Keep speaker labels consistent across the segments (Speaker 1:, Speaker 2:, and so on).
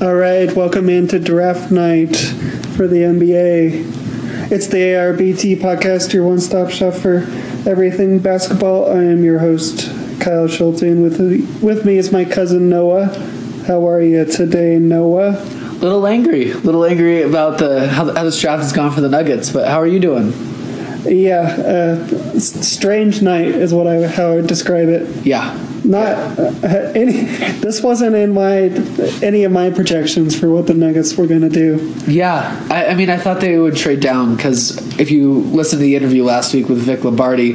Speaker 1: right, welcome into draft night for the NBA. It's the ARBT podcast, your one stop shop for everything basketball. I am your host, Kyle Schulte, and with, with me is my cousin Noah. How are you today, Noah?
Speaker 2: little angry, little angry about the how, how this draft has gone for the Nuggets. But how are you doing?
Speaker 1: Yeah, uh, s- strange night is what I how I would describe it.
Speaker 2: Yeah,
Speaker 1: Not uh, any. This wasn't in my any of my projections for what the Nuggets were going to do.
Speaker 2: yeah. I, I mean, I thought they would trade down because if you listen to the interview last week with Vic Lombardi,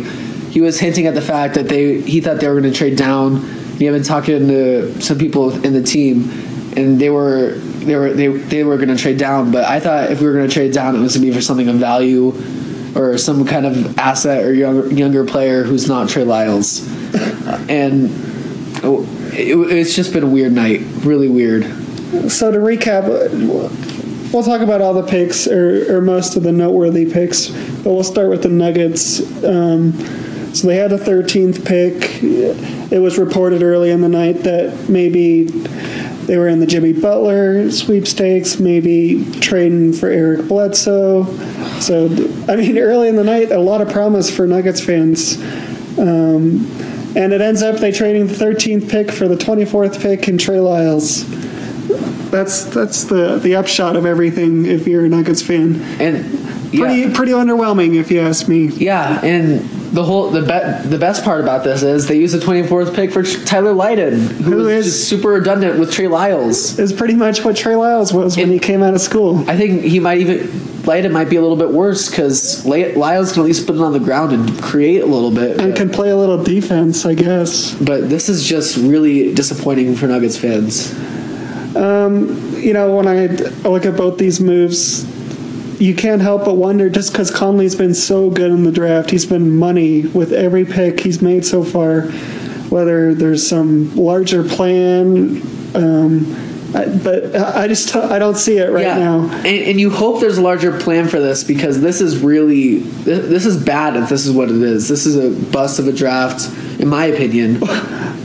Speaker 2: he was hinting at the fact that they he thought they were going to trade down. He had been talking to some people in the team, and they were they were they, they were going to trade down. But I thought if we were going to trade down, it was going to be for something of value. Or some kind of asset or younger, younger player who's not Trey Lyles, Uh, and Oh, it, it's just been a weird night. Really weird.
Speaker 1: So to recap, uh, we'll talk about all the picks or, or most of the noteworthy picks, but we'll start with the Nuggets. Um, so they had a 13th pick. It was reported early in the night that maybe they were in the Jimmy Butler sweepstakes, maybe trading for Eric Bledsoe. So I mean, early in the night, a lot of promise for Nuggets fans. Um, and it ends up they trading the 13th pick for the 24th pick and Trey Lyles that's that's the the upshot of everything if you're a Nuggets fan.
Speaker 2: And yeah,
Speaker 1: Pretty pretty underwhelming if you ask me.
Speaker 2: yeah, and the whole the be- the best part about this is they use the 24th pick for Tyler Lydon,
Speaker 1: Who
Speaker 2: who is
Speaker 1: is-
Speaker 2: just super redundant with Trey Lyles.
Speaker 1: Is pretty much what Trey Lyles was when
Speaker 2: It-
Speaker 1: he came out of school.
Speaker 2: I think he might even Lydon might be a little bit worse because Lyles can at least put it on the ground and create a little bit.
Speaker 1: And
Speaker 2: But,
Speaker 1: can play a little defense, I guess.
Speaker 2: but this is just really disappointing for Nuggets fans.
Speaker 1: You know, when I d- look at both these moves, you can't help but wonder just because Conley's been so good in the draft, he's been money with every pick he's made so far, whether there's some larger plan. Um, I, but I I just I don't see it right now.
Speaker 2: And, and you hope there's a larger plan for this because this is really this, this is bad if this is what it is. This is a bust of a draft, in my opinion.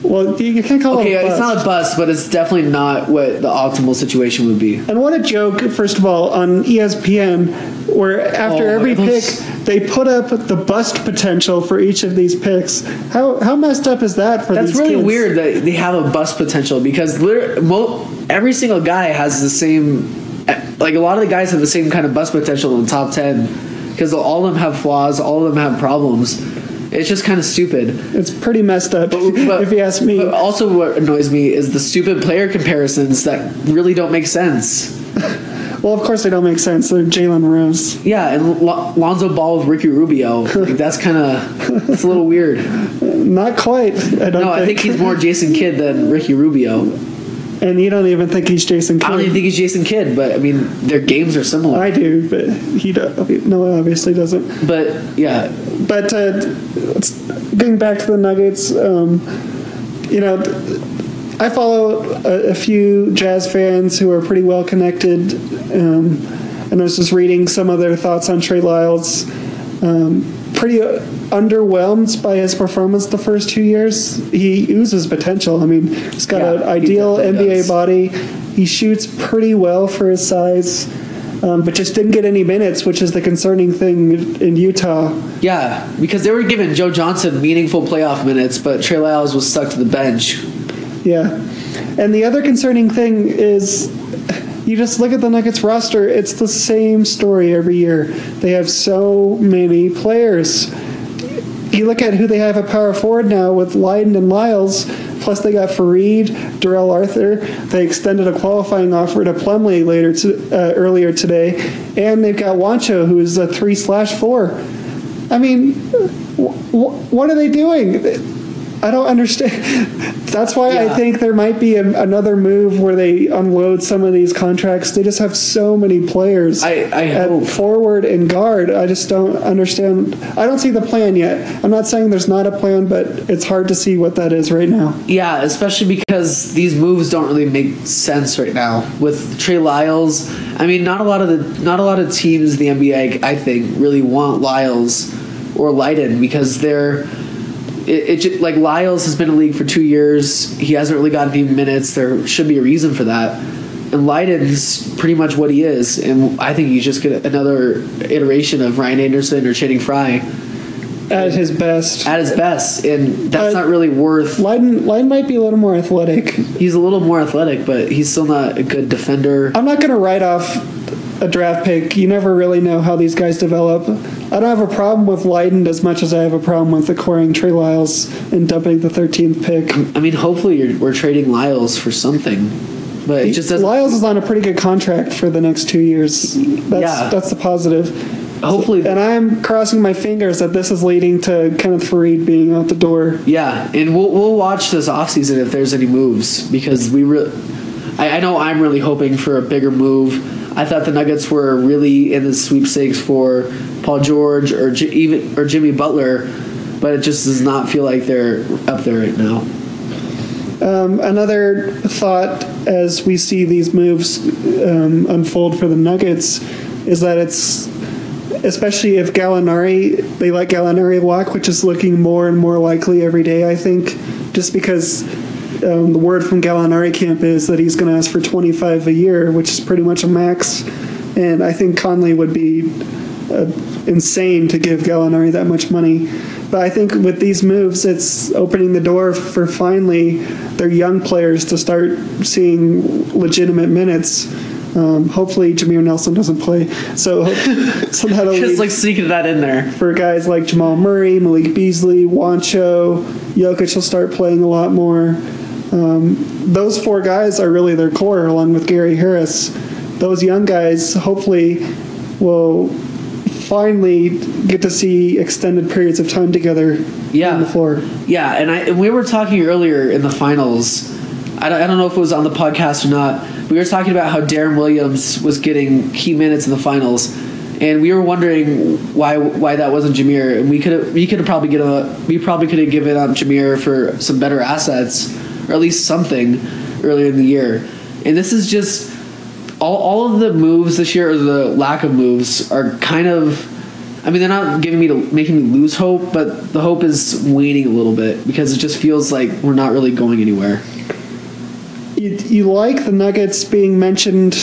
Speaker 1: Well, you, you can't call
Speaker 2: Okay, uh,
Speaker 1: it. a
Speaker 2: it's
Speaker 1: bust.
Speaker 2: not a bust, but it's definitely not what the optimal situation would be.
Speaker 1: And what a joke, first of all, on E ESPN, where after
Speaker 2: Oh,
Speaker 1: every
Speaker 2: it was-
Speaker 1: pick, they put up the bust potential for each of these picks. How, how messed up is that for
Speaker 2: That's
Speaker 1: these
Speaker 2: really
Speaker 1: kids?
Speaker 2: weird that they have a bust potential because liter- mo- every single guy has the same, like a lot of the guys have the same kind of bust potential in the top ten because all of them have flaws, all of them have problems. It's just kind of stupid.
Speaker 1: It's pretty messed up,
Speaker 2: But-
Speaker 1: if you ask me.
Speaker 2: But also, what annoys me is the stupid player comparisons that really don't make sense. uh,
Speaker 1: well, of course they don't make sense. They're Jalen Rose.
Speaker 2: Yeah, and Lo- Lonzo Ball with Ricky Rubio, like, that's kind of that's a little weird.
Speaker 1: Not quite, I don't
Speaker 2: No, I think he's more Jason Kidd than Ricky Rubio.
Speaker 1: and you don't even think he's Jason
Speaker 2: I don't even
Speaker 1: Kidd.
Speaker 2: think he's Jason Kidd, but I mean their games are similar.
Speaker 1: I do, but he don't, no, obviously doesn't.
Speaker 2: But yeah,
Speaker 1: But uh, let's- getting back to the Nuggets, um, you know, I follow a, a few jazz fans who are pretty well connected, um, and I was just reading some of their thoughts on Trey Lyles. Um, pretty uh, underwhelmed by his performance the first two years. He oozes potential. I mean, he's got
Speaker 2: Yeah,
Speaker 1: an
Speaker 2: he
Speaker 1: ideal
Speaker 2: definitely
Speaker 1: NBA
Speaker 2: does.
Speaker 1: body. He shoots pretty well for his size. Um, but just didn't get any minutes, which is the concerning thing in Utah.
Speaker 2: yeah, because they were giving Joe Johnson meaningful playoff minutes, but Trey Lyles was stuck to the bench.
Speaker 1: Yeah. And the other concerning thing is you just look at the Nuggets roster, it's the same story every year. They have so many players. You look at who they have at power forward now with Lydon and Lyles, plus they got Fareed, Darrell Arthur. They extended a qualifying offer to Plumlee later to, uh, earlier today, and they've got Wancho, who is a three slash four. I mean, wh- wh- what are they doing? I don't understand. That's why I
Speaker 2: Yeah.
Speaker 1: think there might be a, another move where they unload some of these contracts. They just have so many players.
Speaker 2: I- I
Speaker 1: at
Speaker 2: hope.
Speaker 1: forward and guard. I just don't understand. I don't see the plan yet. I'm not saying there's not a plan, but it's hard to see what that is right now.
Speaker 2: Yeah, especially because these moves don't really make sense right now with Trey Lyles. I mean, not a lot of the not a lot of teams in the NBA, I think, really want Lyles or Leiden because they're it, it ju- like Lyles has been in the league for two years. He hasn't really gotten any minutes. There should be a reason for that. And Leiden's pretty much what he is, and I think you just get another iteration of Ryan Anderson or Channing Frye
Speaker 1: at his best.
Speaker 2: at his best, and that's
Speaker 1: Uh,
Speaker 2: not really worth.
Speaker 1: Leiden, Leiden might be a little more athletic.
Speaker 2: He's a little more athletic, but he's still not a good defender.
Speaker 1: I'm not going to write off a draft pick. You never really know how these guys develop. I don't have a problem with Leiden as much as I have a problem with acquiring Trey Lyles and dumping the 13th pick.
Speaker 2: I mean, hopefully you're, we're trading Lyles for something, but it just doesn't.
Speaker 1: Lyles is on a pretty good contract for the next two years. That's,
Speaker 2: Yeah.
Speaker 1: that's the positive.
Speaker 2: hopefully,
Speaker 1: And I'm crossing my fingers that this is leading to Kenneth Fareed being out the door.
Speaker 2: yeah, and we'll we'll watch this offseason if there's any moves because we re- I, I know I'm really hoping for a bigger move. I thought the Nuggets were really in the sweepstakes for Paul George or J- even or Jimmy Butler, but it just does not feel like they're up there right now.
Speaker 1: Um, another thought as we see these moves um, unfold for the Nuggets is that it's, especially if Gallinari, they let Gallinari walk, which is looking more and more likely every day, I think, just because um, the word from Gallinari camp is that he's going to ask for 25 a year, which is pretty much a max. And I think Conley would be insane to give Gallinari that much money. But I think with these moves, it's opening the door for finally their young players to start seeing legitimate minutes. Um, hopefully, Jameer Nelson doesn't play, so so that'll lead
Speaker 2: Just like sneaking that in there.
Speaker 1: for guys like Jamal Murray, Malik Beasley, Wancho, Jokic will start playing a lot more. Um, those four guys are really their core, along with Gary Harris. Those young guys hopefully will finally get to see extended periods of time together
Speaker 2: Yeah.
Speaker 1: on the floor.
Speaker 2: Yeah, and I and we were talking earlier in the finals. I don't, I don't know if it was on the podcast or not. We were talking about how Darren Williams was getting key minutes in the finals, and we were wondering why why that wasn't Jameer. And we could we could have probably get a we probably could have given up Jameer for some better assets or at least something earlier in the year. And this is just all all of the moves this year or the lack of moves are kind of. I mean, they're not giving me to making me lose hope, but the hope is waning a little bit because it just feels like we're not really going anywhere.
Speaker 1: you, you like the Nuggets being mentioned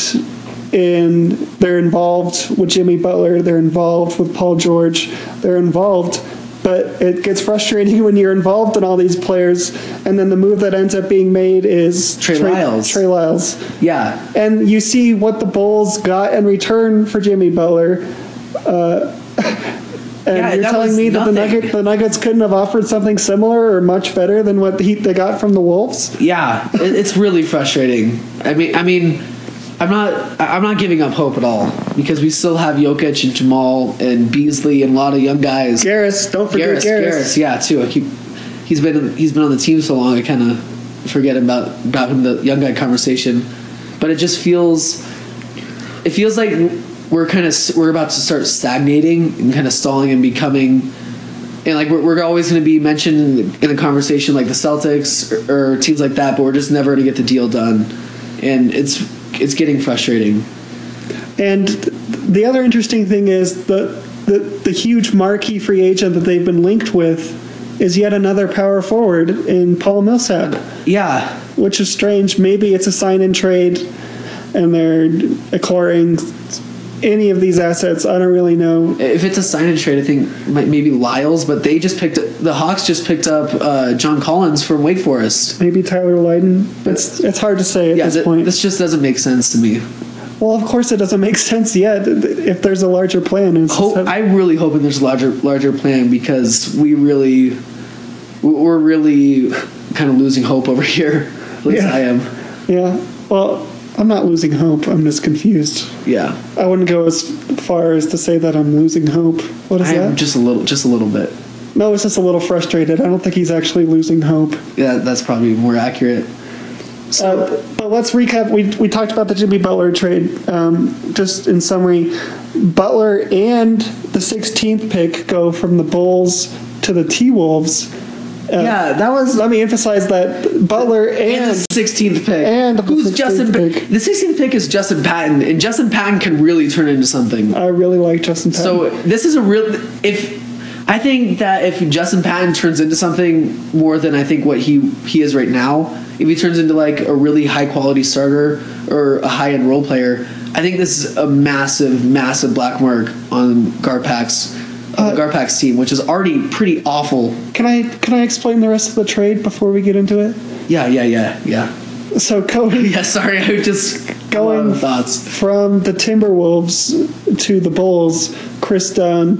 Speaker 1: in they're involved with Jimmy Butler, they're involved with Paul George, they're involved, but it gets frustrating when you're involved in all these players, and then the move that ends up being made is
Speaker 2: Trey Lyles.
Speaker 1: Trey Lyles.
Speaker 2: Yeah,
Speaker 1: And you see what the Bulls got in return for Jimmy Butler. Uh, and
Speaker 2: Yeah,
Speaker 1: you're
Speaker 2: that
Speaker 1: telling
Speaker 2: was
Speaker 1: me that the,
Speaker 2: nothing.
Speaker 1: Nugget, the Nuggets couldn't have offered something similar or much better than what the Heat they got from the Wolves?
Speaker 2: yeah, it, it's really frustrating. I mean, I mean, I'm not I- I'm not giving up hope at all because we still have Jokic and Jamal and Beasley and a lot of young guys.
Speaker 1: Garris, don't forget
Speaker 2: Garris,
Speaker 1: Garris.
Speaker 2: Garris, yeah, too. I keep he's been he's been on the team so long, I kind of forget about about him the young guy conversation, but it just feels it feels like we're kind of we're about to start stagnating and kind of stalling and becoming and like we're, we're always going to be mentioned in the, in the conversation like the Celtics or, or teams like that, but we're just never going to get the deal done, and it's it's getting frustrating.
Speaker 1: And th- the other interesting thing is the, the the huge marquee free agent that they've been linked with is yet another power forward in Paul Millsap,
Speaker 2: Yeah,
Speaker 1: which is strange. Maybe it's a sign and trade, and they're acquiring any of these assets. I don't really know.
Speaker 2: if it's a sign and trade, I think might maybe Lyles, but they just picked the Hawks just picked up uh, John Collins from Wake Forest.
Speaker 1: Maybe Tyler Lydon. It's it's hard to say at
Speaker 2: Yeah,
Speaker 1: this
Speaker 2: th-
Speaker 1: point.
Speaker 2: this just doesn't make sense to me.
Speaker 1: well, of course, it doesn't make sense yet th- if there's a larger plan. It's just
Speaker 2: Hope,
Speaker 1: have-
Speaker 2: I'm really hoping there's a larger larger plan because we really we- we're really kind of losing hope over here. At least
Speaker 1: Yeah.
Speaker 2: I am.
Speaker 1: yeah. Well, I'm not losing hope. I'm just confused.
Speaker 2: Yeah,
Speaker 1: I wouldn't go as far as to say that I'm losing hope. What is
Speaker 2: I am
Speaker 1: that?
Speaker 2: just a little just a little bit.
Speaker 1: no, it's just a little frustrated. I don't think he's actually losing hope.
Speaker 2: Yeah, that's probably more accurate.
Speaker 1: Uh, but let's recap. We, we talked about the Jimmy Butler trade. Um, just in summary, Butler and the 16th pick go from the Bulls to the T Wolves.
Speaker 2: yeah, that was
Speaker 1: Let me emphasize that Butler
Speaker 2: and
Speaker 1: and
Speaker 2: the 16th pick.
Speaker 1: and the
Speaker 2: who's
Speaker 1: 16th
Speaker 2: Justin? Pa-
Speaker 1: pick.
Speaker 2: The 16th pick is Justin Patton, and Justin Patton can really turn into something.
Speaker 1: I really like Justin. Patton.
Speaker 2: So this is a real. If I think that if Justin Patton turns into something more than I think what he he is right now, if he turns into like a really high quality starter or a high end role player. I think this is a massive, massive black mark on Garpak's uh, Garpak's team, which is already pretty awful.
Speaker 1: Can I can I explain the rest of the trade before we get into it?
Speaker 2: Yeah, yeah, yeah, yeah.
Speaker 1: So Cody
Speaker 2: Yeah, sorry, I just
Speaker 1: Going-
Speaker 2: a lot of thoughts.
Speaker 1: from the Timberwolves to the Bulls, Chris Dunn,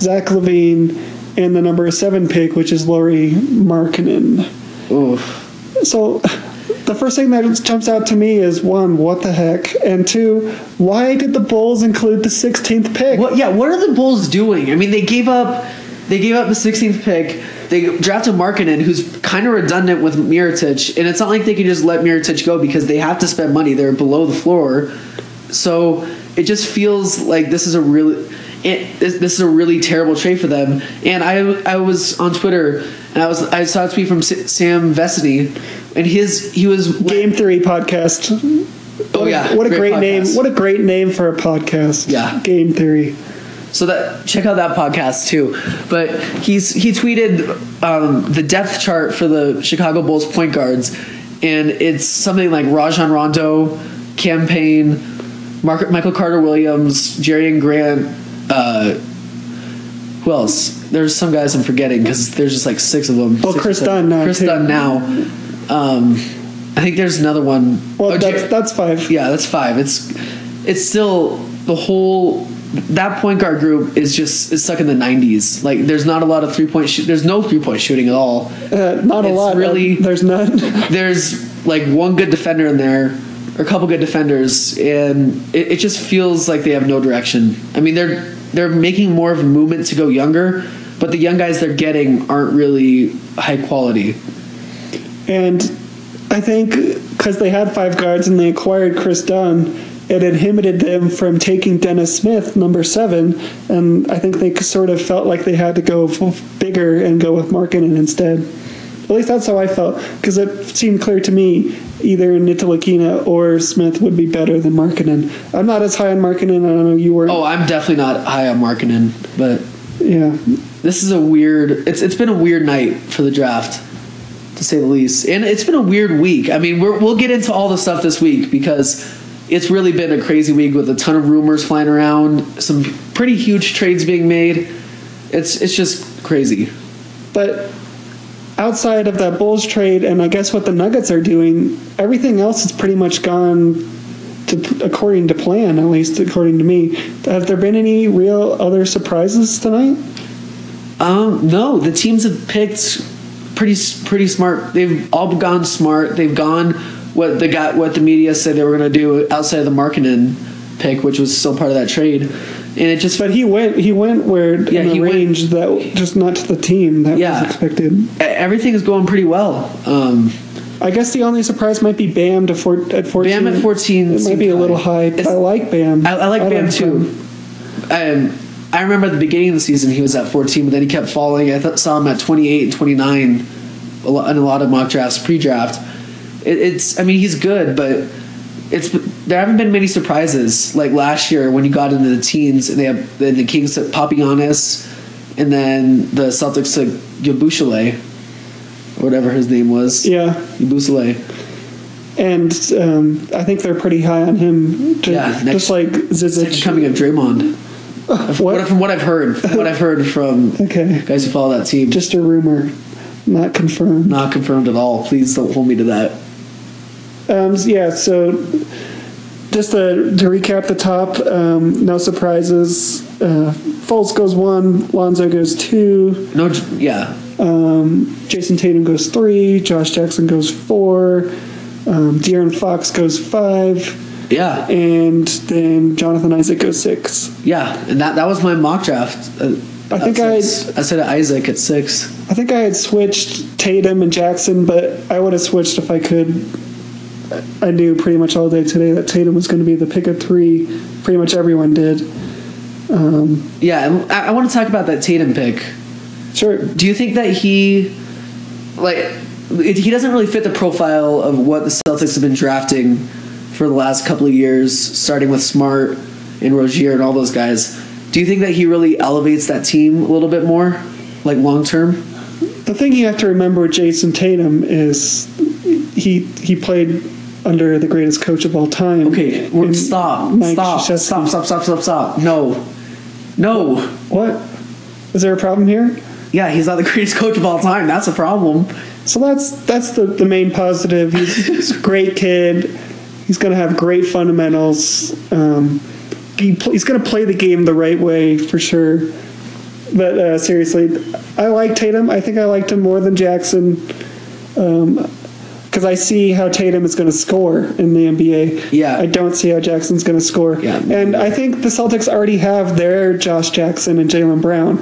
Speaker 1: Zach Levine, and the number seven pick, which is Laurie Markkinen.
Speaker 2: Oof.
Speaker 1: So the first thing that jumps out to me is one, what the heck? And two, why did the Bulls include the 16th pick?
Speaker 2: What? Yeah. What are the Bulls doing? I mean, they gave up. They gave up the 16th pick. They drafted Markkinen, who's kind of redundant with Miritich, and it's not like they can just let Miritich go because they have to spend money. They're below the floor, so it just feels like this is a really, it, this, this is a really terrible trade for them. And I, I was on Twitter, and I was, I saw a tweet from S- Sam Vesely, and his, he was
Speaker 1: Game three podcast.
Speaker 2: Oh yeah!
Speaker 1: What a great, name.
Speaker 2: podcast.
Speaker 1: What a great name for a podcast.
Speaker 2: Yeah.
Speaker 1: Game theory.
Speaker 2: So that check out that podcast too. But he's he tweeted um, the depth chart for the Chicago Bulls point guards, and it's something like Rajon Rondo, campaign, Mark, Michael Carter Williams, Jerry and Grant. Uh, who else? There's some guys I'm forgetting because there's just like six of them.
Speaker 1: Well,
Speaker 2: Six or
Speaker 1: Chris Dunn
Speaker 2: seven.
Speaker 1: now,
Speaker 2: Chris
Speaker 1: too.
Speaker 2: Dunn now. Um, I think there's another one.
Speaker 1: Well,
Speaker 2: Oh, Jer-
Speaker 1: that's, that's five.
Speaker 2: yeah, that's five. It's it's still the whole that point guard group is just is stuck in the nineties. Like there's not a lot of three point shoot. There's no three point shooting at all.
Speaker 1: Uh, not a
Speaker 2: It's
Speaker 1: lot.
Speaker 2: really-
Speaker 1: There's none.
Speaker 2: There's like one good defender in there, or a couple good defenders, and it, it just feels like they have no direction. I mean, they're they're making more of a movement to go younger, but the young guys they're getting aren't really high quality.
Speaker 1: And I think because they had five guards and they acquired Chris Dunn, it inhibited them from taking Dennis Smith, number seven. And I think they sort of felt like they had to go f- bigger and go with Markkinen instead. At least that's how I felt because it seemed clear to me either Nitalakina or Smith would be better than Markkinen. I'm not as high on Markkinen. I don't know you were.
Speaker 2: Oh, I'm definitely not high on marketing, but
Speaker 1: Yeah.
Speaker 2: this is a weird it's it's been a weird night for the draft to say the least and it's been a weird week i mean we're, we'll get into all the stuff this week because it's really been a crazy week with a ton of rumors flying around some pretty huge trades being made it's it's just crazy
Speaker 1: But outside of that Bulls trade, and I guess what the Nuggets are doing, everything else has pretty much gone to, according to plan, at least according to me. Have there been any real other surprises tonight?
Speaker 2: um no the teams have picked pretty s- pretty smart they've all gone smart they've gone what they got what the media said they were going to do outside of the marketing pick which was still part of that trade and it just
Speaker 1: But he went. He went where
Speaker 2: Yeah,
Speaker 1: in
Speaker 2: he
Speaker 1: a
Speaker 2: went-
Speaker 1: range that just not to the team that
Speaker 2: Yeah.
Speaker 1: was expected.
Speaker 2: E-, everything is going pretty well. Um,
Speaker 1: I guess the only surprise might be Bam to four, at fourteen.
Speaker 2: Bam at 14
Speaker 1: It might
Speaker 2: seemed
Speaker 1: be a
Speaker 2: high.
Speaker 1: little high. but
Speaker 2: It's-
Speaker 1: I like Bam.
Speaker 2: I, I like Bam
Speaker 1: him.
Speaker 2: too. Um, I remember at the beginning of the season he was at 14, but then he kept falling. I th- saw him at 28 and 29 a lot, in a lot of mock drafts pre-draft. It, it's, I mean, he's good, but it's there haven't been many surprises like last year when he got into the teens and they have then the Kings took Papianis and then the Celtics took Yabushale, or whatever his name was.
Speaker 1: Yeah,
Speaker 2: Yabusele.
Speaker 1: and um, I think they're pretty high on him. ju-
Speaker 2: Yeah, next-
Speaker 1: just like
Speaker 2: It's like
Speaker 1: Zizic.
Speaker 2: the coming of Draymond. What?
Speaker 1: What?
Speaker 2: From what I've heard, from what I've heard from
Speaker 1: Okay.
Speaker 2: guys who follow that team,
Speaker 1: Just a rumor, not confirmed.
Speaker 2: not confirmed at all. Please don't hold me to that.
Speaker 1: Um, yeah, so just to, to recap the top, um, no surprises. Uh, Fultz goes one, Lonzo goes two,
Speaker 2: No, j- yeah,
Speaker 1: Jason Tatum goes three, Josh Jackson goes four, um, De'Aaron Fox goes five,
Speaker 2: yeah,
Speaker 1: and then Jonathan Isaac goes six.
Speaker 2: yeah. And that that was my mock draft. Uh,
Speaker 1: I think
Speaker 2: at
Speaker 1: I-
Speaker 2: six. I said Isaac at six.
Speaker 1: I think I had switched Tatum and Jackson, but I would have switched if I could. I knew pretty much all day today that Tatum was going to be the pick of three. Pretty much everyone did.
Speaker 2: Yeah, and I, I want to talk about that Tatum pick.
Speaker 1: Sure.
Speaker 2: Do you think that he, like, it, he doesn't really fit the profile of what the Celtics have been drafting for the last couple of years, starting with Smart and Rozier and all those guys? Do you think that he really elevates that team a little bit more, like long term?
Speaker 1: The thing you have to remember with Jason Tatum is he he played under the greatest coach of all time.
Speaker 2: Okay, we're,
Speaker 1: in
Speaker 2: stop,
Speaker 1: Mike
Speaker 2: stop,
Speaker 1: Krzyzewski.
Speaker 2: stop, stop, stop, stop, stop. No, no.
Speaker 1: What? Is there a problem here?
Speaker 2: Yeah, he's not the greatest coach of all time. That's a problem.
Speaker 1: So that's that's the, the main positive. He's, he's a great kid. He's going to have great fundamentals. Um, he pl- he's going to play the game the right way for sure. But uh, seriously, I like Tatum. I think I liked him more than Jackson because I see how Tatum is going to score in the NBA.
Speaker 2: Yeah.
Speaker 1: I don't see how Jackson's going to score.
Speaker 2: Yeah.
Speaker 1: And I think the Celtics already have their Josh Jackson and Jalen Brown.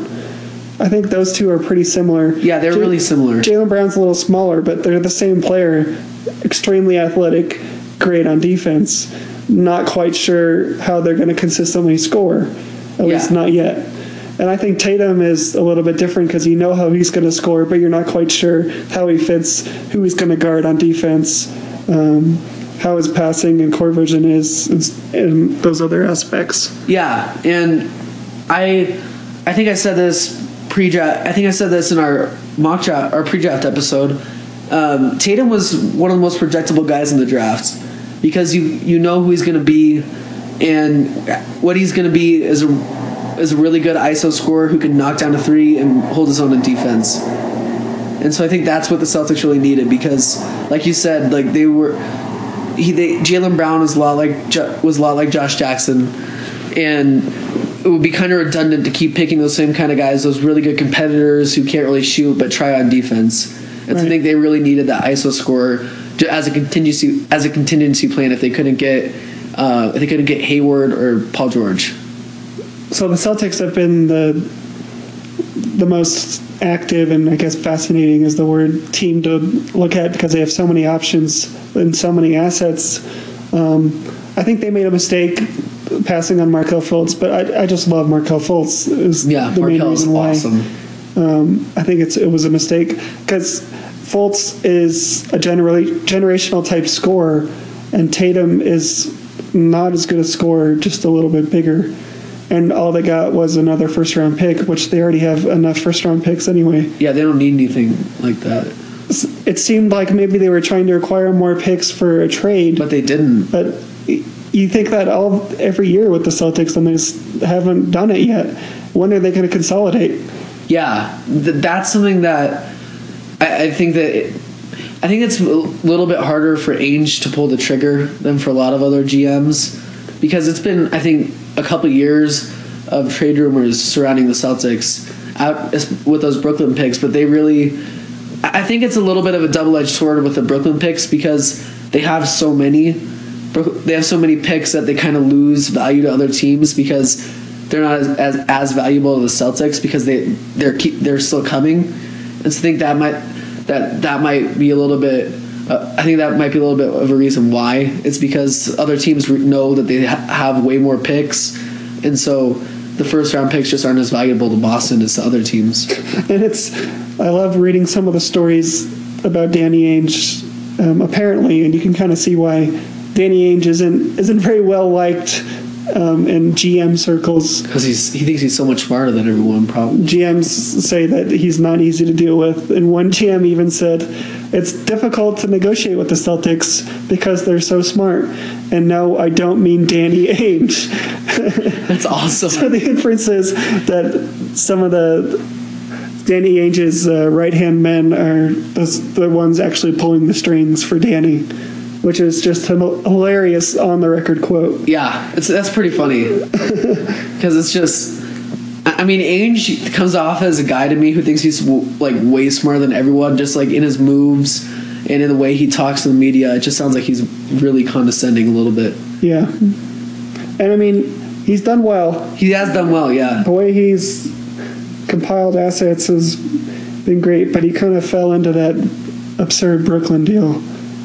Speaker 1: I think those two are pretty similar.
Speaker 2: Yeah, they're
Speaker 1: Ja-
Speaker 2: really similar.
Speaker 1: Jalen Brown's a little smaller, but they're the same player. Extremely athletic, great on defense. Not quite sure how they're going to consistently score, at least
Speaker 2: Yeah.
Speaker 1: not yet. And I think Tatum is a little bit different because you know how he's going to score, but you're not quite sure how he fits, who he's going to guard on defense, um, how his passing and court vision is, and- and those other aspects.
Speaker 2: Yeah, and I, I think I said this pre-draft. I think I said this in our mock draft, our pre-draft episode. Um, Tatum was one of the most projectable guys in the draft because you you know who he's going to be, and what he's going to be is a is a really good ISO scorer who can knock down a three and hold his own in defense. And so I think that's what the Celtics really needed because, like you said, like they were, he they Jalen Brown is a lot like Jo- was a lot like Josh Jackson, and it would be kind of redundant to keep picking those same kind of guys, those really good competitors who can't really shoot but try on defense. And so I
Speaker 1: Right.
Speaker 2: think they really needed that ISO scorer to, as a contingency as a contingency plan if they couldn't get uh, if they couldn't get Hayward or Paul George.
Speaker 1: So the Celtics have been the the most active and I guess fascinating is the word team to look at because they have so many options and so many assets. Um, I think they made a mistake passing on Markel Fultz, but I, I just love Markel Fultz is
Speaker 2: Yeah,
Speaker 1: the main
Speaker 2: Markel is
Speaker 1: reason why.
Speaker 2: awesome.
Speaker 1: I think it's it was a mistake because Fultz is a generally generational type scorer, and Tatum is not as good a scorer, just a little bit bigger. And all they got was another first round pick, which they already have enough first round picks anyway.
Speaker 2: Yeah, they don't need anything like that,
Speaker 1: S- It seemed like maybe they were trying to acquire more picks for a trade,
Speaker 2: but they didn't.
Speaker 1: but y- you think that all every year with the Celtics, and they just haven't done it yet. When are they going to consolidate?
Speaker 2: yeah th- that's something that i, I think that it, i think it's a little bit harder for Ainge to pull the trigger than for a lot of other gms because it's been i think a couple years of trade rumors surrounding the celtics out as- with those brooklyn picks but they really i I think it's a little bit of a double-edged sword with the brooklyn picks because they have so many Brook- they have so many picks that they kind of lose value to other teams because they're not as, as, as valuable to the Celtics because they they're keep, they're still coming, and so I think that might that that might be a little bit. Uh, I think that might be a little bit of a reason why it's because other teams re- know that they ha- have way more picks, and so the first round picks just aren't as valuable to Boston as to other teams.
Speaker 1: and it's I love reading some of the stories about Danny Ainge. Um, apparently, and you can kind of see why Danny Ainge isn't isn't very well liked um, in GM circles.
Speaker 2: Because he's he thinks he's so much smarter than everyone. Probably
Speaker 1: GMs say that he's not easy to deal with, and one GM even said it's difficult to negotiate with the Celtics because they're so smart. And no, I don't mean Danny Ainge.
Speaker 2: that's
Speaker 1: So
Speaker 2: awesome.
Speaker 1: the inference is that some of the Danny Ainge's uh, right hand men are the, the ones actually pulling the strings for Danny, which is just a hilarious on the record quote.
Speaker 2: Yeah, it's that's pretty funny because it's just. I I mean, Ainge comes off as a guy to me who thinks he's w- like way smarter than everyone, just like in his moves and in the way he talks to the media. It just sounds like he's really condescending a little bit.
Speaker 1: Yeah. And I mean, he's done well.
Speaker 2: He has done well, yeah.
Speaker 1: The way he's compiled assets has been great, but he kind of fell into that absurd Brooklyn deal.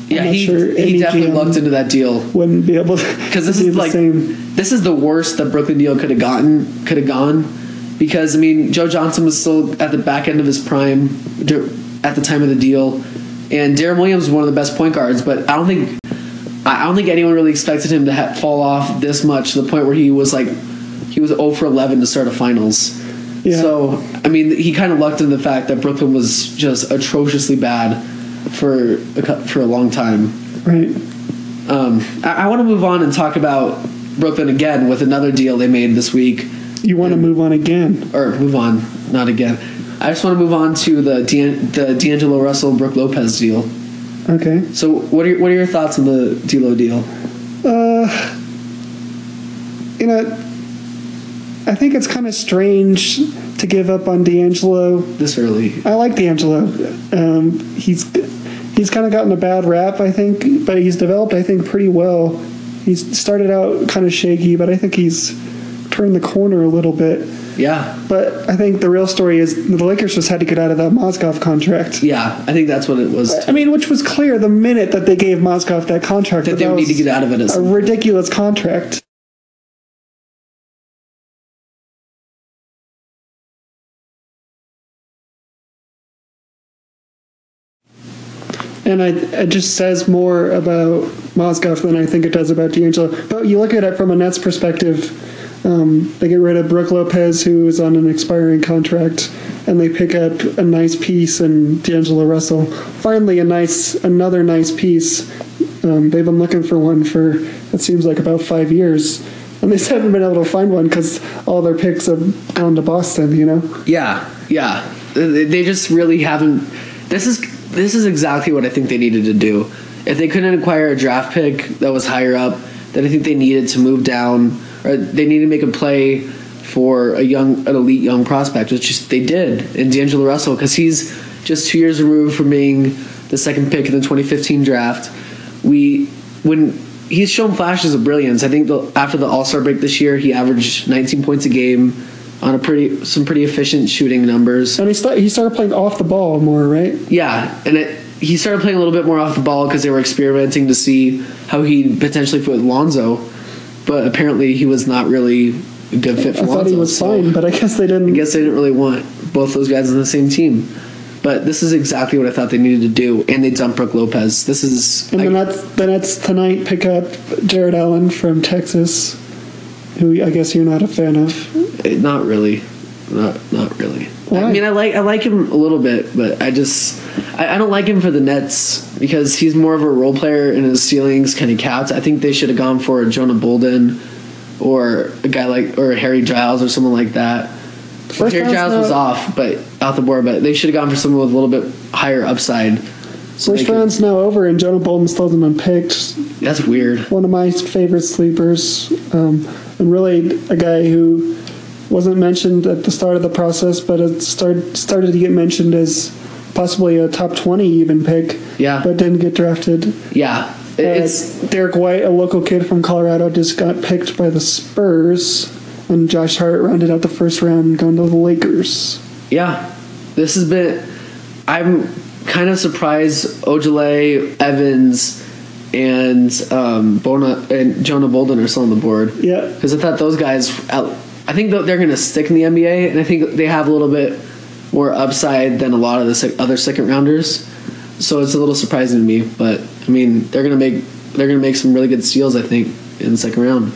Speaker 2: Yeah,
Speaker 1: I'm not
Speaker 2: he,
Speaker 1: sure
Speaker 2: he
Speaker 1: any
Speaker 2: definitely
Speaker 1: GM
Speaker 2: lucked into that deal.
Speaker 1: Wouldn't be able to
Speaker 2: because this
Speaker 1: to do
Speaker 2: is
Speaker 1: the
Speaker 2: like
Speaker 1: same.
Speaker 2: this is the worst that Brooklyn deal could have gotten could have gone because I mean Joe Johnson was still at the back end of his prime dur- at the time of the deal, and Darren Williams was one of the best point guards, but I don't think I I don't think anyone really expected him to ha- fall off this much to the point where he was like he was 0 for 11 to start a finals.
Speaker 1: Yeah.
Speaker 2: So I mean, he kind of lucked in the fact that Brooklyn was just atrociously bad for a, cou- for a long time.
Speaker 1: Right.
Speaker 2: Um, I, I want to move on and talk about Brooklyn again with another deal they made this week,
Speaker 1: You want to move on again?
Speaker 2: or move on, not again. I just want to move on to the D'An- the D'Angelo Russell Brooke Lopez deal.
Speaker 1: Okay.
Speaker 2: So what are your, what are your thoughts on the D'Lo deal?
Speaker 1: Uh, you know, I think it's kind of strange to give up on D'Angelo.
Speaker 2: This early,
Speaker 1: I like D'Angelo. Um, he's he's kind of gotten a bad rap, I think, but he's developed, I think, pretty well. He's started out kind of shaky, but I think he's turned the corner a little bit.
Speaker 2: yeah,
Speaker 1: But I think the real story is the Lakers just had to get out of that Mozgov contract.
Speaker 2: yeah. I think that's what it was.
Speaker 1: I mean, which was clear the minute that they gave Mozgov that contract.
Speaker 2: that
Speaker 1: but
Speaker 2: they would
Speaker 1: was
Speaker 2: need to get out of it. As,
Speaker 1: a ridiculous contract. And I, it just says more about Mozgov than I think it does about D'Angelo. But you look at it from a Nets perspective, um, they get rid of Brooke Lopez, who is on an expiring contract, and they pick up a nice piece in D'Angelo Russell. Finally, a nice, another nice piece. Um, they've been looking for one for it seems like about five years, and they just haven't been able to find one because all their picks have gone to Boston. You know,
Speaker 2: yeah, yeah. They they just really haven't. This is this is exactly what I think they needed to do. If they couldn't acquire a draft pick that was higher up, then I think they needed to move down, or they needed to make a play for a young, an elite young prospect, which is- they did in D'Angelo Russell because he's just two years removed from being the second pick in the 2015 draft. We when he's shown flashes of brilliance. I think the, after the All Star break this year, he averaged 19 points a game on a pretty some pretty efficient shooting numbers.
Speaker 1: and he sta- he started playing off the ball more, right?
Speaker 2: Yeah, and it, he started playing a little bit more off the ball because they were experimenting to see how he potentially fit with Lonzo, but apparently he was not really a good fit for
Speaker 1: I
Speaker 2: Lonzo.
Speaker 1: thought he was
Speaker 2: so
Speaker 1: fine, but I guess they
Speaker 2: I
Speaker 1: didn't.
Speaker 2: guess they didn't really want both those guys on the same team. But this is exactly what I thought they needed to do, and they dumped Brooke Lopez. This is
Speaker 1: And
Speaker 2: I-
Speaker 1: the Nets, the Nets tonight pick up Jared Allen from Texas, who I guess you're not a fan of.
Speaker 2: Eh, not really not not really i
Speaker 1: Why?
Speaker 2: mean i like i like him a little bit but i just I, I don't like him for the nets because he's more of a role player and his ceilings kind of capped i think they should have gone for a jonah bolden or a guy like or a harry giles or someone like that
Speaker 1: First
Speaker 2: harry
Speaker 1: round's
Speaker 2: giles was
Speaker 1: not-
Speaker 2: off but out the board but they should have gone for someone with a little bit higher upside so they
Speaker 1: First
Speaker 2: could-
Speaker 1: round's now over, and Jonah Bolton still hasn't been picked.
Speaker 2: that's weird
Speaker 1: One of my favorite sleepers, um, and really a guy who wasn't mentioned at the start of the process, but it started started to get mentioned as possibly a top twenty even pick.
Speaker 2: Yeah.
Speaker 1: but didn't get drafted.
Speaker 2: yeah It- it's
Speaker 1: uh, Derek White, a local kid from Colorado, just got picked by the Spurs, and Josh Hart rounded out the first round, going to the Lakers.
Speaker 2: yeah, this has been. I'm kind of surprised Ojale, Evans, and um, Bona and Jonah Bolden are still on the board.
Speaker 1: Yeah.
Speaker 2: because I thought those guys. Out, I think that they're going to stick in the NBA, and I think they have a little bit more upside than a lot of the sec- other second rounders. So it's a little surprising to me, but I mean they're going to make they're going to make some really good steals. I think in the second round,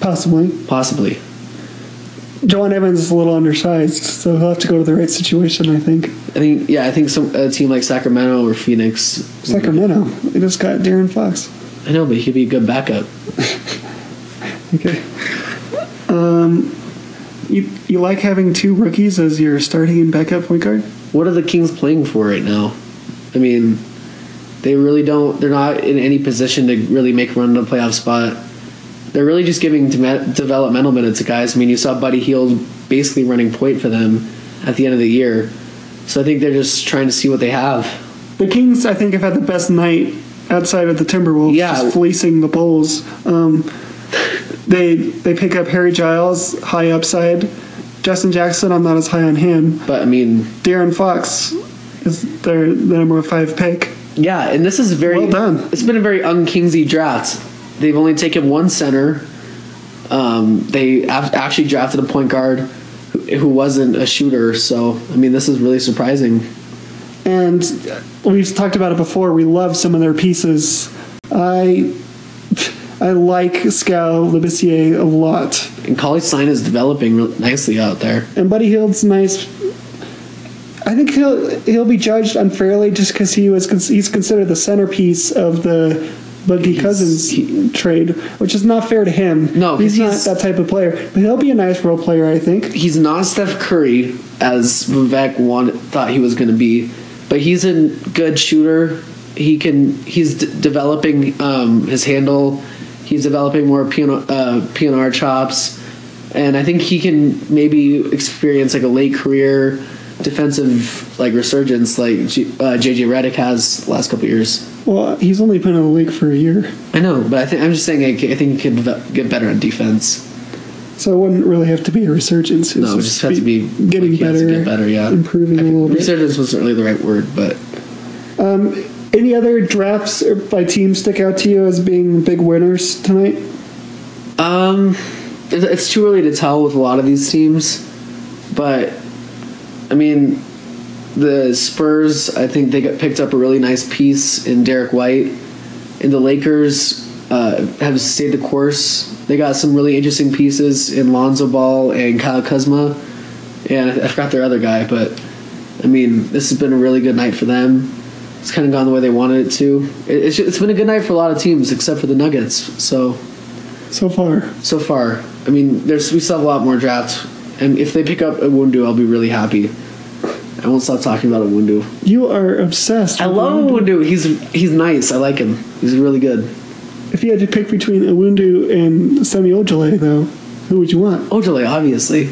Speaker 1: Possibly,
Speaker 2: possibly.
Speaker 1: Joan Evans is a little undersized, so he'll have to go to the right situation. I think
Speaker 2: I think yeah, I think some a team like Sacramento or Phoenix.
Speaker 1: Sacramento. They just got Darren Fox.
Speaker 2: I know, but he could be a good backup.
Speaker 1: Okay. Um, you you like having two rookies as your starting and backup point guard?
Speaker 2: What are the Kings playing for right now? I mean, they really don't. They're not in any position to really make a run to the playoff spot. They're really just giving de- developmental minutes to guys. I mean, you saw Buddy Heald basically running point for them at the end of the year. So I think they're just trying to see what they have.
Speaker 1: The Kings, I think, have had the best night outside of the Timberwolves,
Speaker 2: Yeah.
Speaker 1: just fleecing the Bulls. Um, they they pick up Harry Giles, high upside. Justin Jackson, I'm not as high on him.
Speaker 2: But I mean,
Speaker 1: Darren Fox is their the number five pick.
Speaker 2: yeah, and this is very
Speaker 1: Well done.
Speaker 2: It's been a very un-Kingsy draft. They've only taken one center. Um, they af- actually drafted a point guard who, who wasn't a shooter. So I mean, this is really surprising.
Speaker 1: And we've talked about it before. We love some of their pieces. I I like Scal Labissiere a lot.
Speaker 2: And College Stein is developing really nicely out there.
Speaker 1: And Buddy Hield's nice. I think he'll he'll be judged unfairly just because he was cons- he's considered the centerpiece of the but D Cousins trade, which is not fair to him.
Speaker 2: No, 'cause
Speaker 1: he's not
Speaker 2: he's-
Speaker 1: that type of player. But he'll be a nice role player, I think.
Speaker 2: he's not Steph Curry as Vivek wanted, thought he was going to be, but he's a good shooter. He can he's d- developing um, his handle. He's developing more PN, uh, PNR chops, and I think he can maybe experience like a late career defensive like resurgence like G, uh, JJ Redick has the last couple years.
Speaker 1: Well, he's only been in the league for a year,
Speaker 2: I know, but I think I'm just saying I, c- I think he could develop- get better on defense.
Speaker 1: so it wouldn't really have to be a resurgence. It's
Speaker 2: No, it just has to be
Speaker 1: getting
Speaker 2: like, he has
Speaker 1: better,
Speaker 2: to get better, yeah.
Speaker 1: improving a little bit.
Speaker 2: Resurgence wasn't really the right word, but
Speaker 1: Any other drafts or by teams stick out to you as being big winners tonight?
Speaker 2: Um, it- it's too early to tell with a lot of these teams, but I mean, the Spurs. I think they got picked up a really nice piece in Derek White, and the Lakers uh, have stayed the course. They got some really interesting pieces in Lonzo Ball and Kyle Kuzma, and I I forgot their other guy, but I mean, this has been a really good night for them. It's kind of gone the way they wanted it to. It- It's, it's been a good night for a lot of teams, except for the Nuggets. So
Speaker 1: So far,
Speaker 2: so far. I mean, there's we still have a lot more drafts, and if they pick up a Wundu, I'll be really happy. I won't stop talking about a Wundu.
Speaker 1: you are obsessed.
Speaker 2: I
Speaker 1: with
Speaker 2: love
Speaker 1: Wundu.
Speaker 2: Wundu. He's he's nice. I like him. He's really good.
Speaker 1: If you had to pick between Awundu and Semi Ojale, though, who would you want?
Speaker 2: Ojale, obviously.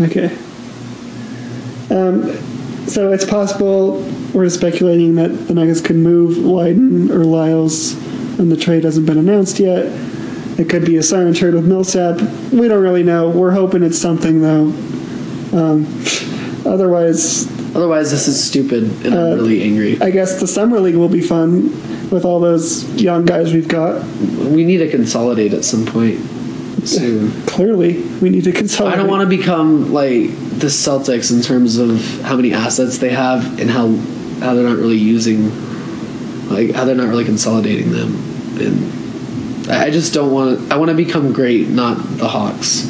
Speaker 1: Okay. Um, so it's possible we're speculating that the Nuggets could move Wyden or Lyles, and the trade hasn't been announced yet. It could be a sign and trade with Millsap. We don't really know. We're hoping it's something though. Um, otherwise,
Speaker 2: Otherwise, this is stupid, and
Speaker 1: Uh,
Speaker 2: I'm really angry.
Speaker 1: I guess the summer league will be fun with all those young guys we've got.
Speaker 2: We need to consolidate at some point soon.
Speaker 1: Clearly, we need to consolidate.
Speaker 2: I don't want to become like the Celtics in terms of how many assets they have and how how they're not really using, like how they're not really consolidating them, and I I just don't want. to I want to become great, not the Hawks.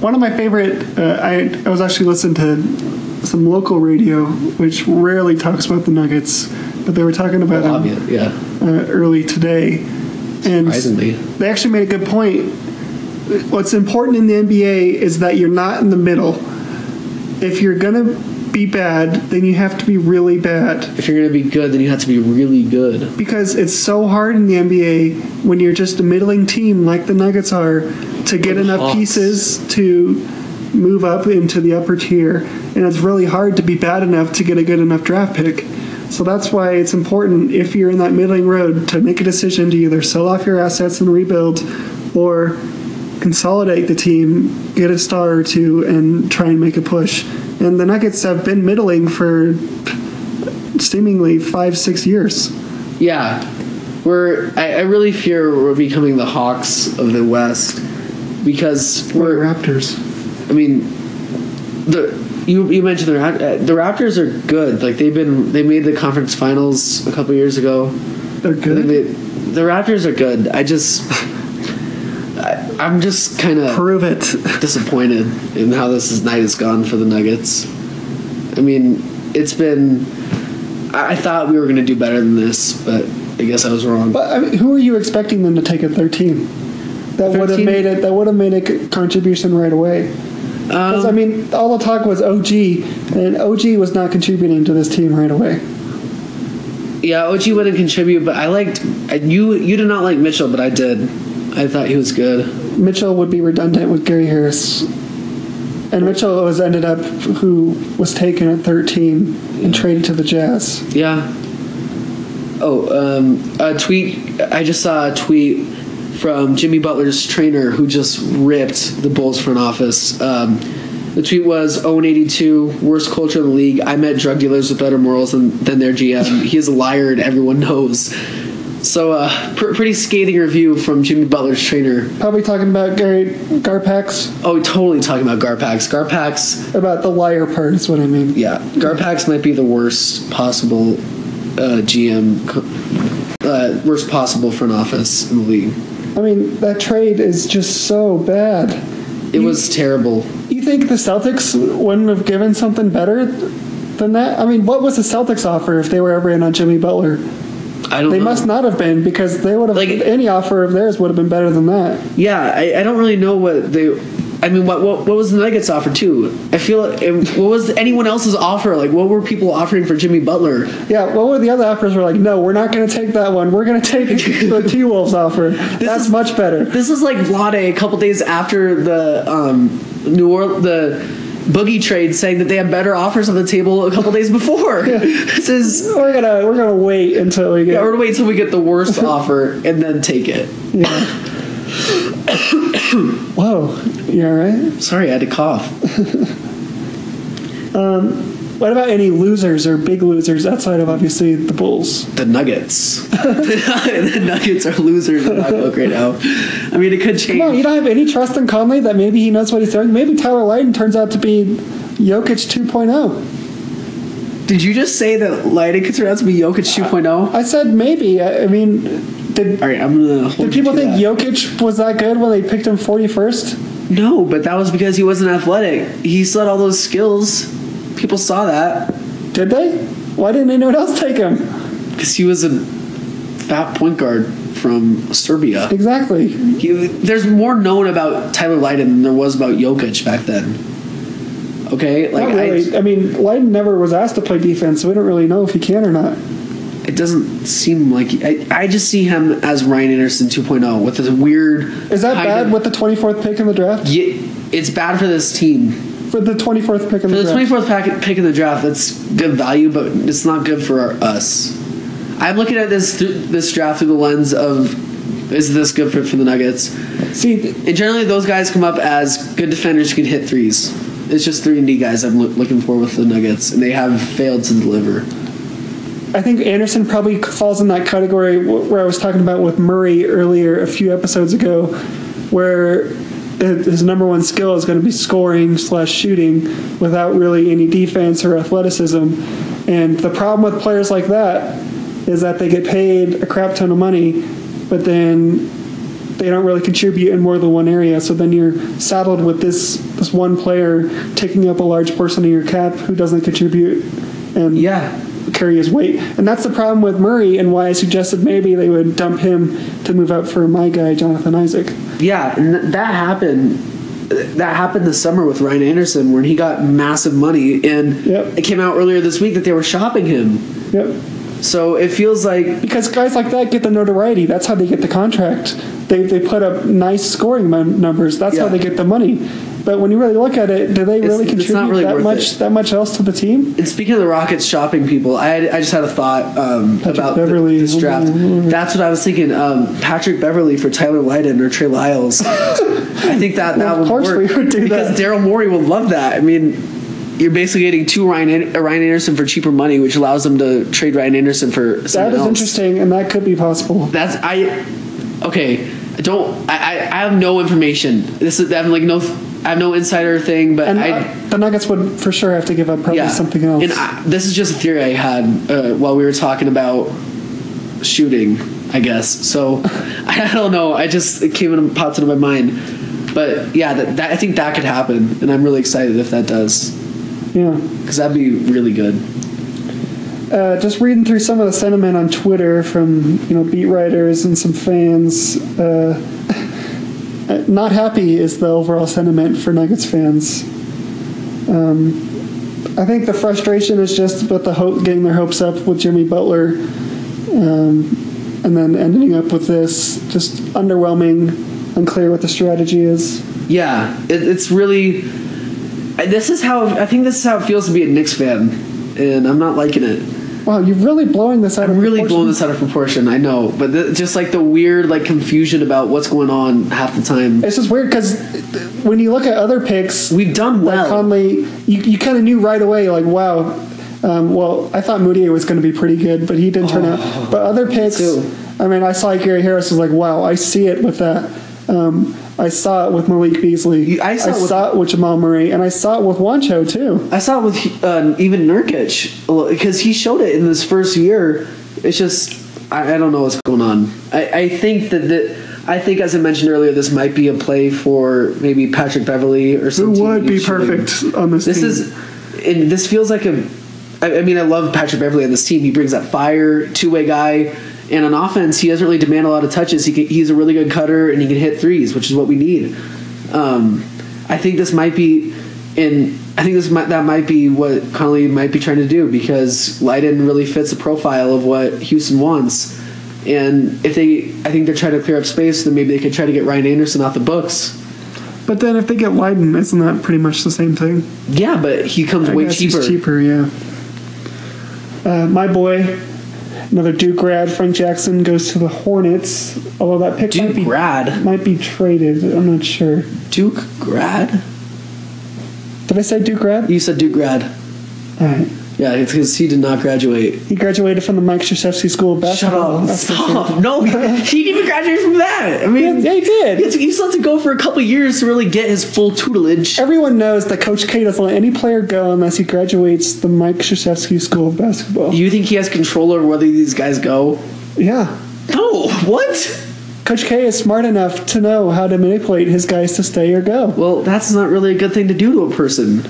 Speaker 1: One of my favorite, uh, I, I was actually listening to some local radio, which rarely talks about the Nuggets, but they were talking about them
Speaker 2: Obvious, yeah.
Speaker 1: uh, early today. And
Speaker 2: Surprisingly.
Speaker 1: they actually made a good point. What's important in the NBA is that you're not in the middle. If you're going to be bad, then you have to be really bad
Speaker 2: If you're gonna be good, then you have to be really good.
Speaker 1: because it's so hard in the NBA when you're just a middling team like the Nuggets are to get
Speaker 2: The
Speaker 1: enough
Speaker 2: Hawks.
Speaker 1: pieces to move up into the upper tier, and it's really hard to be bad enough to get a good enough draft pick. So that's why it's important if you're in that middling road to make a decision to either sell off your assets and rebuild or consolidate the team, get a star or two, and try and make a push. And the Nuggets have been middling for seemingly five, six years.
Speaker 2: Yeah, we're. I, I really fear we're becoming the Hawks of the West because
Speaker 1: Or
Speaker 2: we're.
Speaker 1: Raptors.
Speaker 2: I mean, the you you mentioned the Rap- uh, the Raptors are good. Like they've been they made the conference finals a couple years ago.
Speaker 1: They're
Speaker 2: I think
Speaker 1: good.
Speaker 2: They, the Raptors are good. I just I, I'm just kind of
Speaker 1: Prove it.
Speaker 2: disappointed in how this is, night is gone for the Nuggets. I mean, it's been. I I thought we were going to do better than this, but I guess I was wrong.
Speaker 1: But I mean, who are you expecting them to take at thirteen? That would have
Speaker 2: 13?
Speaker 1: made it. That would have made a c- contribution right away. Because I mean, all the talk was OG, and OG was not contributing to this team right away.
Speaker 2: Yeah, OG wouldn't contribute, but I liked I, you. You did not like Mitchell, but I did. I thought he was good.
Speaker 1: Mitchell would be redundant with Gary Harris, and Mitchell was ended up who was taken at thirteen and traded to the Jazz.
Speaker 2: Yeah. Oh, um, a tweet. I just saw a tweet from Jimmy Butler's trainer who just ripped the Bulls front office. Um, the tweet was 0182, worst culture in the league. I met drug dealers with better morals than, than their GM. He is a liar and everyone knows. So, uh, pr- pretty scathing review from Jimmy Butler's trainer.
Speaker 1: Probably talking about Gary Garpax
Speaker 2: Oh, totally talking about Garpax. Garpax.
Speaker 1: about the liar part is what I mean.
Speaker 2: Yeah, Garpax might be the worst possible uh, GM, co- uh, worst possible front office in the league.
Speaker 1: I mean that trade is just so bad.
Speaker 2: It was terrible.
Speaker 1: You think the Celtics wouldn't have given something better than that? I mean, what was the Celtics offer if they were ever in on Jimmy Butler?
Speaker 3: I don't.
Speaker 1: They
Speaker 2: Mm-hmm.
Speaker 3: know.
Speaker 1: must not have been because they would have
Speaker 3: Like-
Speaker 1: any offer of theirs would have been better than that.
Speaker 2: Yeah, I, I don't really know what they. I mean, what, what what was the Nuggets offer too? I feel it, what was anyone else's offer? Like, what were people offering for Jimmy Butler?
Speaker 1: Yeah, what were the other offers? Were like, no, we're not going to take that one. We're going to take the T Wolves offer. That's
Speaker 2: is-
Speaker 1: much better.
Speaker 2: This is like Vlade a couple days after the um, New Orleans the Boogie trade, saying that they had better offers on the table a couple days before. this is
Speaker 1: We're gonna we're gonna wait until we get.
Speaker 2: yeah, or wait till we get the worst offer and then take it.
Speaker 1: Whoa, you all right?
Speaker 2: Sorry, I had to cough.
Speaker 1: What about any losers or big losers outside of obviously the Bulls?
Speaker 2: The Nuggets. the Nuggets are losers in my book right now. I mean, it could change.
Speaker 1: No, you don't have any trust in Conley that maybe he knows what he's doing. Maybe Tyler Lydon turns out to be Jokic oh. 2.0.
Speaker 2: Did you just say that Leiden could turn out to be
Speaker 1: Uh,
Speaker 2: Jokic 2.0?
Speaker 1: I said maybe. I, I mean, did
Speaker 2: All right, I'm gonna. Hold
Speaker 1: did people
Speaker 2: you to
Speaker 1: think
Speaker 2: that.
Speaker 1: Jokic was that good when they picked him 41st?
Speaker 2: No, but that was because he wasn't athletic. He still had all those skills. People saw that
Speaker 1: Did they? Why didn't anyone else take him?
Speaker 2: because he was a fat point guard from Serbia.
Speaker 1: Exactly.
Speaker 2: He, there's more known about Tyler Leiden than there was about Jokic back then. Okay, like
Speaker 1: Not really. I, mean, Leiden never was asked to play defense, so we don't really know if he can or not.
Speaker 2: I, it doesn't seem like I, I just see him as Ryan Anderson 2.0 with this weird.
Speaker 1: Is that
Speaker 2: kind
Speaker 1: bad
Speaker 2: of-
Speaker 1: with the 24th pick in the draft?
Speaker 2: Ye- it's bad for this team.
Speaker 1: For the 24th pick in the
Speaker 2: For the
Speaker 1: draft.
Speaker 2: twenty fourth pack pick in the draft, that's good value, but it's not good for our, us. I'm looking at this through, this draft through the lens of is this good for, for the Nuggets?
Speaker 1: See, th-
Speaker 2: And generally, those guys come up as good defenders who can hit threes. It's just three and D guys I'm loo- looking for with the Nuggets, and they have failed to deliver.
Speaker 1: I think Anderson probably c- falls in that category wh- where I was talking about with Murray earlier a few episodes ago, where hi- his number one skill is going to be scoring slash shooting without really any defense or athleticism. And the problem with players like that is that they get paid a crap ton of money, but then they don't really contribute in more than one area. So then you're saddled with this this one player taking up a large portion of your cap who doesn't contribute. And
Speaker 2: Yeah,
Speaker 1: carry his weight. And that's the problem with Murray and why I suggested maybe they would dump him to move up for my guy, Jonathan Isaac.
Speaker 2: yeah, and th- that happened. That happened this summer with Ryan Anderson when he got massive money, and
Speaker 1: Yep.
Speaker 2: it came out earlier this week that they were shopping him.
Speaker 1: Yep.
Speaker 2: So it feels like
Speaker 1: Because guys like that get the notoriety. That's how they get the contract. They, they put up nice scoring mon- numbers. That's how
Speaker 2: Yeah.
Speaker 1: they get the money. But when you really look at it, do they really
Speaker 2: it's
Speaker 1: contribute
Speaker 2: not really
Speaker 1: that
Speaker 2: worth
Speaker 1: much
Speaker 2: it.
Speaker 1: that much else to the team?
Speaker 2: And speaking of the Rockets shopping people, I, had, I just had a thought um,
Speaker 1: Patrick Mm-hmm.
Speaker 2: about
Speaker 1: Beverley.
Speaker 2: Beverly. this draft. That's what I was thinking. Um, Patrick Beverly for Tyler Lydon or Trey Lyles. I think that that
Speaker 1: Of
Speaker 2: would
Speaker 1: course
Speaker 2: work
Speaker 1: we would do
Speaker 2: because
Speaker 1: that.
Speaker 2: Daryl Morey would love that. I mean, you're basically getting two Ryan An- uh, Ryan Anderson for cheaper money, which allows them to trade Ryan Anderson for
Speaker 1: That
Speaker 2: someone
Speaker 1: is
Speaker 2: else.
Speaker 1: interesting, and that could be possible.
Speaker 2: That's I. Okay, I don't. I, I, I have no information. This is I'm like no. I have no insider thing, but
Speaker 1: And
Speaker 2: I.
Speaker 1: uh, the Nuggets would for sure have to give up probably something else.
Speaker 2: And I, this is just a theory I had uh, while we were talking about shooting, I guess. So I don't know. I just it came and popped into my mind. But yeah, that, that I think that could happen, and I'm really excited if that does,
Speaker 1: yeah.
Speaker 2: because that'd be really good.
Speaker 1: uh, just reading through some of the sentiment on Twitter from you know beat writers and some fans. Uh, not happy is the overall sentiment for Nuggets fans. Um, I think the frustration is just with the hope, getting their hopes up with Jimmy Butler, um, and then ending up with this just underwhelming, unclear what the strategy is.
Speaker 2: Yeah, it, it's really. I- This is how I think this is how it feels to be a Knicks fan, and I'm not liking it.
Speaker 1: Wow, you're really blowing this out.
Speaker 2: I'm
Speaker 1: of
Speaker 2: really
Speaker 1: proportion.
Speaker 2: blowing this out of proportion. I know, but th- just like the weird like confusion about what's going on half the time.
Speaker 1: It's just weird because when you look at other picks,
Speaker 2: We've done well.
Speaker 1: like Conley, you, you kind of knew right away, like, wow, um, well, I thought Moutier was going to be pretty good, but he didn't turn out. But other picks,
Speaker 2: Oh. too.
Speaker 1: I mean, I saw Gary Harris was like, wow, I see it with that. Um, I saw it with Malik Beasley.
Speaker 2: You- I saw it with-
Speaker 1: it with Jamal Murray, and I saw it with Wancho too.
Speaker 2: I saw it with uh, even Nurkic because he showed it in this first year. It's just I, I don't know what's going on. I, I think that the, I think as I mentioned earlier, this might be a play for maybe Patrick Beverly or
Speaker 1: It
Speaker 2: something.
Speaker 1: would be perfect on this.
Speaker 2: This
Speaker 1: team.
Speaker 2: is and this feels like a. I I mean, I love Patrick Beverly on this team. He brings that fire, two way guy. And on offense, he doesn't really demand a lot of touches. He can, he's a really good cutter and he can hit threes, which is what we need. Um, I think this might be, and I think this might, that might be what Conley might be trying to do because Leiden really fits the profile of what Houston wants. And if they, I think they're trying to clear up space, then maybe they could try to get Ryan Anderson off the books.
Speaker 1: But then if they get Leiden, isn't that pretty much the same thing?
Speaker 2: Yeah, but he comes
Speaker 1: I
Speaker 2: way
Speaker 1: guess
Speaker 2: cheaper.
Speaker 1: he's cheaper, yeah. Uh, my boy, another Duke grad, Frank Jackson goes to the Hornets. Although that pick might
Speaker 2: Duke
Speaker 1: be
Speaker 2: grad.
Speaker 1: might be traded. I'm not sure.
Speaker 2: Duke grad?
Speaker 1: Did I say Duke grad?
Speaker 2: You said Duke grad.
Speaker 1: All right.
Speaker 2: Yeah, it's because he did not graduate.
Speaker 1: He graduated from the Mike Krzyzewski School of
Speaker 2: Shut
Speaker 1: Basketball.
Speaker 2: up.
Speaker 1: That's for sure.
Speaker 2: Stop. No, he didn't even graduate from that. I
Speaker 1: Yeah,
Speaker 2: mean,
Speaker 1: yeah, he
Speaker 2: he had
Speaker 1: did.
Speaker 2: to- he still had to go for a couple years to really get his full tutelage.
Speaker 1: Everyone knows that Coach K doesn't let any player go unless he graduates the Mike Krzyzewski School of Basketball.
Speaker 2: You think he has control over whether these guys go?
Speaker 1: yeah.
Speaker 2: No. What?
Speaker 1: Coach K is smart enough to know how to manipulate his guys to stay or go.
Speaker 2: Well, that's not really a good thing to do to a person.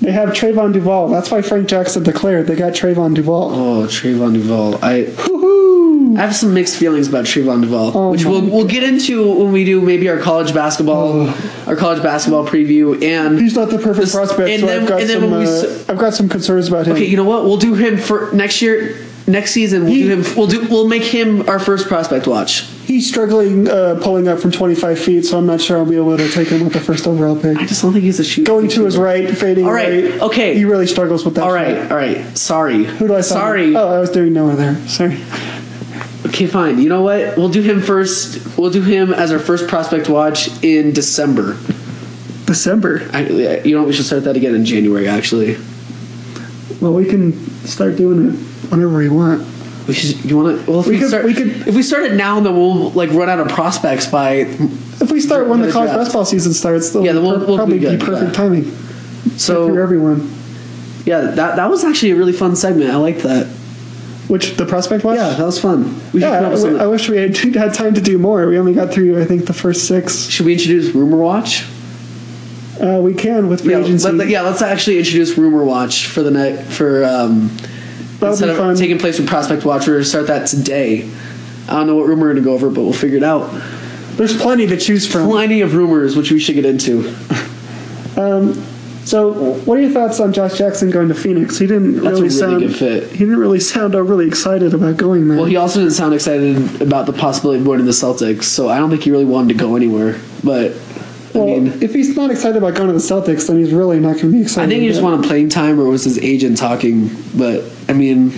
Speaker 1: They have Trayvon Duval. That's why Frank Jackson declared they got Trayvon Duval.
Speaker 2: Oh, Trayvon Duval. I
Speaker 1: Woohoo!
Speaker 2: I have some mixed feelings about Trayvon Duval,
Speaker 1: Oh
Speaker 2: which
Speaker 1: my
Speaker 2: we'll, we'll get into when we do maybe our college basketball, our college basketball preview, and
Speaker 1: He's not the perfect
Speaker 2: This-
Speaker 1: prospect,
Speaker 2: and
Speaker 1: so
Speaker 2: then-
Speaker 1: I've got
Speaker 2: and then
Speaker 1: some.
Speaker 2: when we
Speaker 1: uh,
Speaker 2: s-
Speaker 1: I've got some concerns about him.
Speaker 2: okay, you know what? We'll do him for next year, next season. We'll
Speaker 1: He-
Speaker 2: do him. We'll do. We'll make him our first prospect watch.
Speaker 1: He's struggling uh, pulling up from 25 feet, so I'm not sure I'll be able to take him with the first overall pick.
Speaker 2: I just don't think he's a shooter.
Speaker 1: Going to his right, fading
Speaker 2: All right,
Speaker 1: right.
Speaker 2: okay.
Speaker 1: He really struggles with that.
Speaker 2: All
Speaker 1: shot.
Speaker 2: right, all right. Sorry.
Speaker 1: Who do I sign?
Speaker 2: Sorry.
Speaker 1: Oh, I was doing nowhere there. Sorry.
Speaker 2: Okay, fine. You know what? We'll do him first. We'll do him as our first prospect watch in December.
Speaker 1: December.
Speaker 2: I, you know what? We should start that again in January. Actually,
Speaker 1: Well, we can start doing it whenever we want.
Speaker 2: we should. You want to? Well, if we,
Speaker 1: We could-
Speaker 2: start,
Speaker 1: we could-
Speaker 2: if we start it now, then we'll like run out of prospects by.
Speaker 1: If we start when the
Speaker 2: Another
Speaker 1: college
Speaker 2: draft.
Speaker 1: basketball season starts,
Speaker 2: Yeah,
Speaker 1: yeah,
Speaker 2: then we'll-
Speaker 1: will
Speaker 2: we'll
Speaker 1: probably
Speaker 2: be
Speaker 1: be
Speaker 2: good,
Speaker 1: perfect
Speaker 2: yeah.
Speaker 1: timing for
Speaker 2: So
Speaker 1: everyone.
Speaker 2: yeah, that that was actually a really fun segment. I liked that.
Speaker 1: Which the prospect was.
Speaker 2: Yeah, that was fun. We should,
Speaker 1: Yeah, I
Speaker 2: come up with
Speaker 1: w-
Speaker 2: something.
Speaker 1: I wish we had, had time to do more. We only got through, I think, the first six.
Speaker 2: should we introduce rumor watch?
Speaker 1: Uh, we can with free
Speaker 2: Yeah,
Speaker 1: agency.
Speaker 2: let, yeah. Let's actually introduce rumor watch for the night for um,
Speaker 1: That'll
Speaker 2: instead
Speaker 1: be
Speaker 2: of
Speaker 1: fun.
Speaker 2: taking place with prospect watch. We're gonna start that today. I don't know what rumor we're gonna go over, but we'll figure it out.
Speaker 1: There's plenty to choose from.
Speaker 2: Plenty of rumors, which we should get into.
Speaker 1: So, what are your thoughts on Josh Jackson going to Phoenix? He didn't
Speaker 2: That's a
Speaker 1: really,
Speaker 2: really
Speaker 1: sound.
Speaker 2: good fit.
Speaker 1: He didn't really sound overly excited about going there.
Speaker 2: Well, he also didn't sound excited about the possibility of joining the Celtics, so I don't think he really wanted to go anywhere. But I
Speaker 1: Well,
Speaker 2: mean,
Speaker 1: if he's not excited about going to the Celtics, then he's really not going to be excited.
Speaker 2: I think he just
Speaker 1: about-
Speaker 2: wanted playing time, or was his agent talking? But I mean,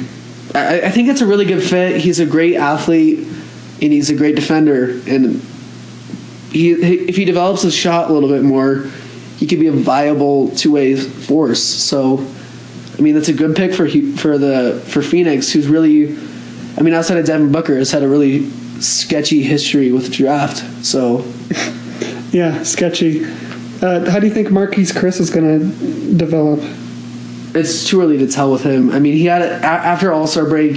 Speaker 2: I, I think it's a really good fit. He's a great athlete, and he's a great defender. And he, if he develops his shot a little bit more, he could be a viable two way force. So, I mean, that's a good pick for Hu- for the for Phoenix, who's really, I mean, outside of Devin Booker, has had a really sketchy history with the draft. So,
Speaker 1: Yeah, sketchy. Uh, how do you think Marquise Chris is going to develop?
Speaker 2: it's too early to tell with him. I mean, he had a, a- after All Star break,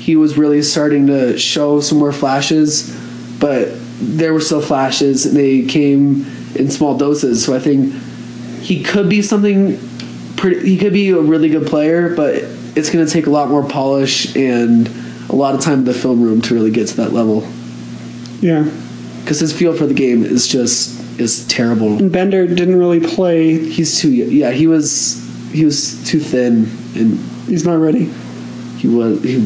Speaker 2: he was really starting to show some more flashes, but there were still flashes, and they came in small doses. So I think he could be something. Pretty, he could be a really good player, but it's going to take a lot more polish and a lot of time in the film room to really get to that level.
Speaker 1: Yeah,
Speaker 2: Because his feel for the game is just is terrible.
Speaker 1: and Bender didn't really play.
Speaker 2: He's too yeah he was he was too thin and
Speaker 1: He's not ready.
Speaker 2: He was. He,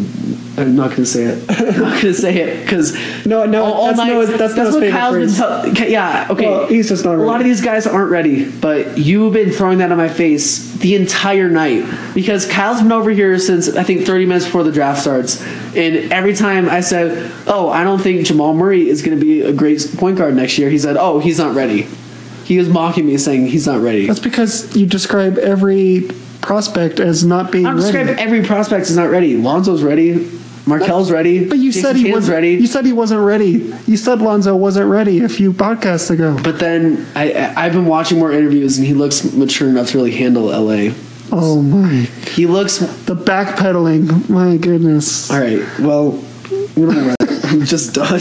Speaker 2: I'm not gonna say it. I'm not gonna say it because
Speaker 1: No, no, that's Noah's- that's Noah's favorite phrase.
Speaker 2: yeah, okay.
Speaker 1: Well, he's just not
Speaker 2: A lot
Speaker 1: ready.
Speaker 2: of these guys aren't ready, but you've been throwing that in my face the entire night because Kyle's been over here since I think 30 minutes before the draft starts, and every time I said, "Oh, I don't think Jamal Murray is gonna be a great point guard next year," he said, "Oh, he's not ready." He was mocking me, saying he's not ready.
Speaker 1: That's because you describe every prospect as not being
Speaker 2: I'm
Speaker 1: ready.
Speaker 2: describing every prospect is not ready. Lonzo's ready. Markel's ready.
Speaker 1: But you
Speaker 2: Jason
Speaker 1: said he
Speaker 2: Tatum's
Speaker 1: was
Speaker 2: ready.
Speaker 1: You said he wasn't ready. You said Lonzo wasn't ready a few podcasts ago.
Speaker 2: But then I, I I've been watching more interviews and he looks mature enough to really handle LA.
Speaker 1: Oh my!
Speaker 2: He looks
Speaker 1: The backpedaling. My goodness.
Speaker 2: all right. Well, whatever. I'm just done.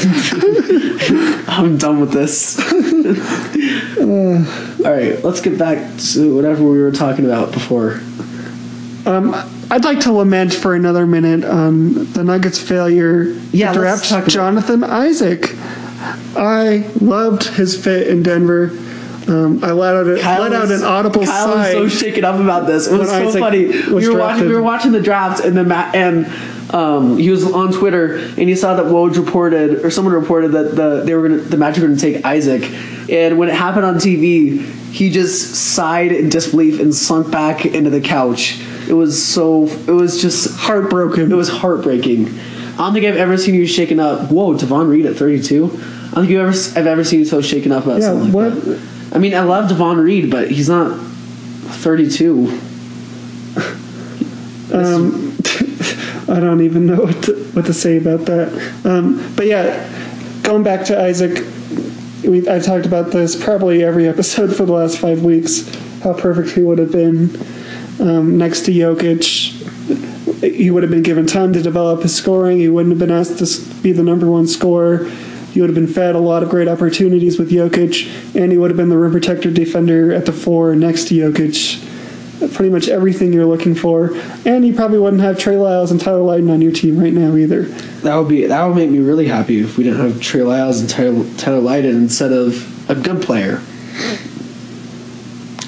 Speaker 2: I'm done with this. all right, let's get back to whatever we were talking about before.
Speaker 1: Um, I'd like to lament for another minute on the Nuggets' failure
Speaker 2: Yeah,
Speaker 1: to draft
Speaker 2: let's talk about-
Speaker 1: Jonathan Isaac. I loved his fit in Denver. Um, I let out, a,
Speaker 2: Kyle
Speaker 1: let out
Speaker 2: was-
Speaker 1: an audible
Speaker 2: Kyle
Speaker 1: sigh.
Speaker 2: was so shaken up about this. It was
Speaker 1: when
Speaker 2: so
Speaker 1: Isaac
Speaker 2: funny.
Speaker 1: was
Speaker 2: We were, watching,
Speaker 1: drafted.
Speaker 2: we were watching the draft, and then Matt and um, he was on Twitter, and he saw that Woj reported or someone reported that the they were gonna, the Magic were going to take Isaac, and when it happened on TV, he just sighed in disbelief and sunk back into the couch. It was so. It was just
Speaker 1: Heartbroken.
Speaker 2: It was heartbreaking. I don't think I've ever seen you shaken up. Whoa, Devon Reed at 32. I don't think you ever I've ever seen you so shaken up about
Speaker 1: Yeah,
Speaker 2: something like
Speaker 1: what-
Speaker 2: that. I mean, I love Devon Reed, but he's not 32.
Speaker 1: Um, I don't even know what to, what to say about that. Um, but yeah, going back to Isaac, we, I talked about this probably every episode for the last five weeks. How perfect he would have been um, next to Jokic. He would have been given time to develop his scoring. He wouldn't have been asked to s- be the number one scorer. He would have been fed a lot of great opportunities with Jokic, and he would have been the rim protector defender at the four next to Jokic pretty much everything you're looking for, and you probably wouldn't have Trey Lyles and Tyler Lydon on your team right now either.
Speaker 2: That would be that would make me really happy if we didn't have Trey Lyles and Tyler, Tyler Lydon instead of a good player.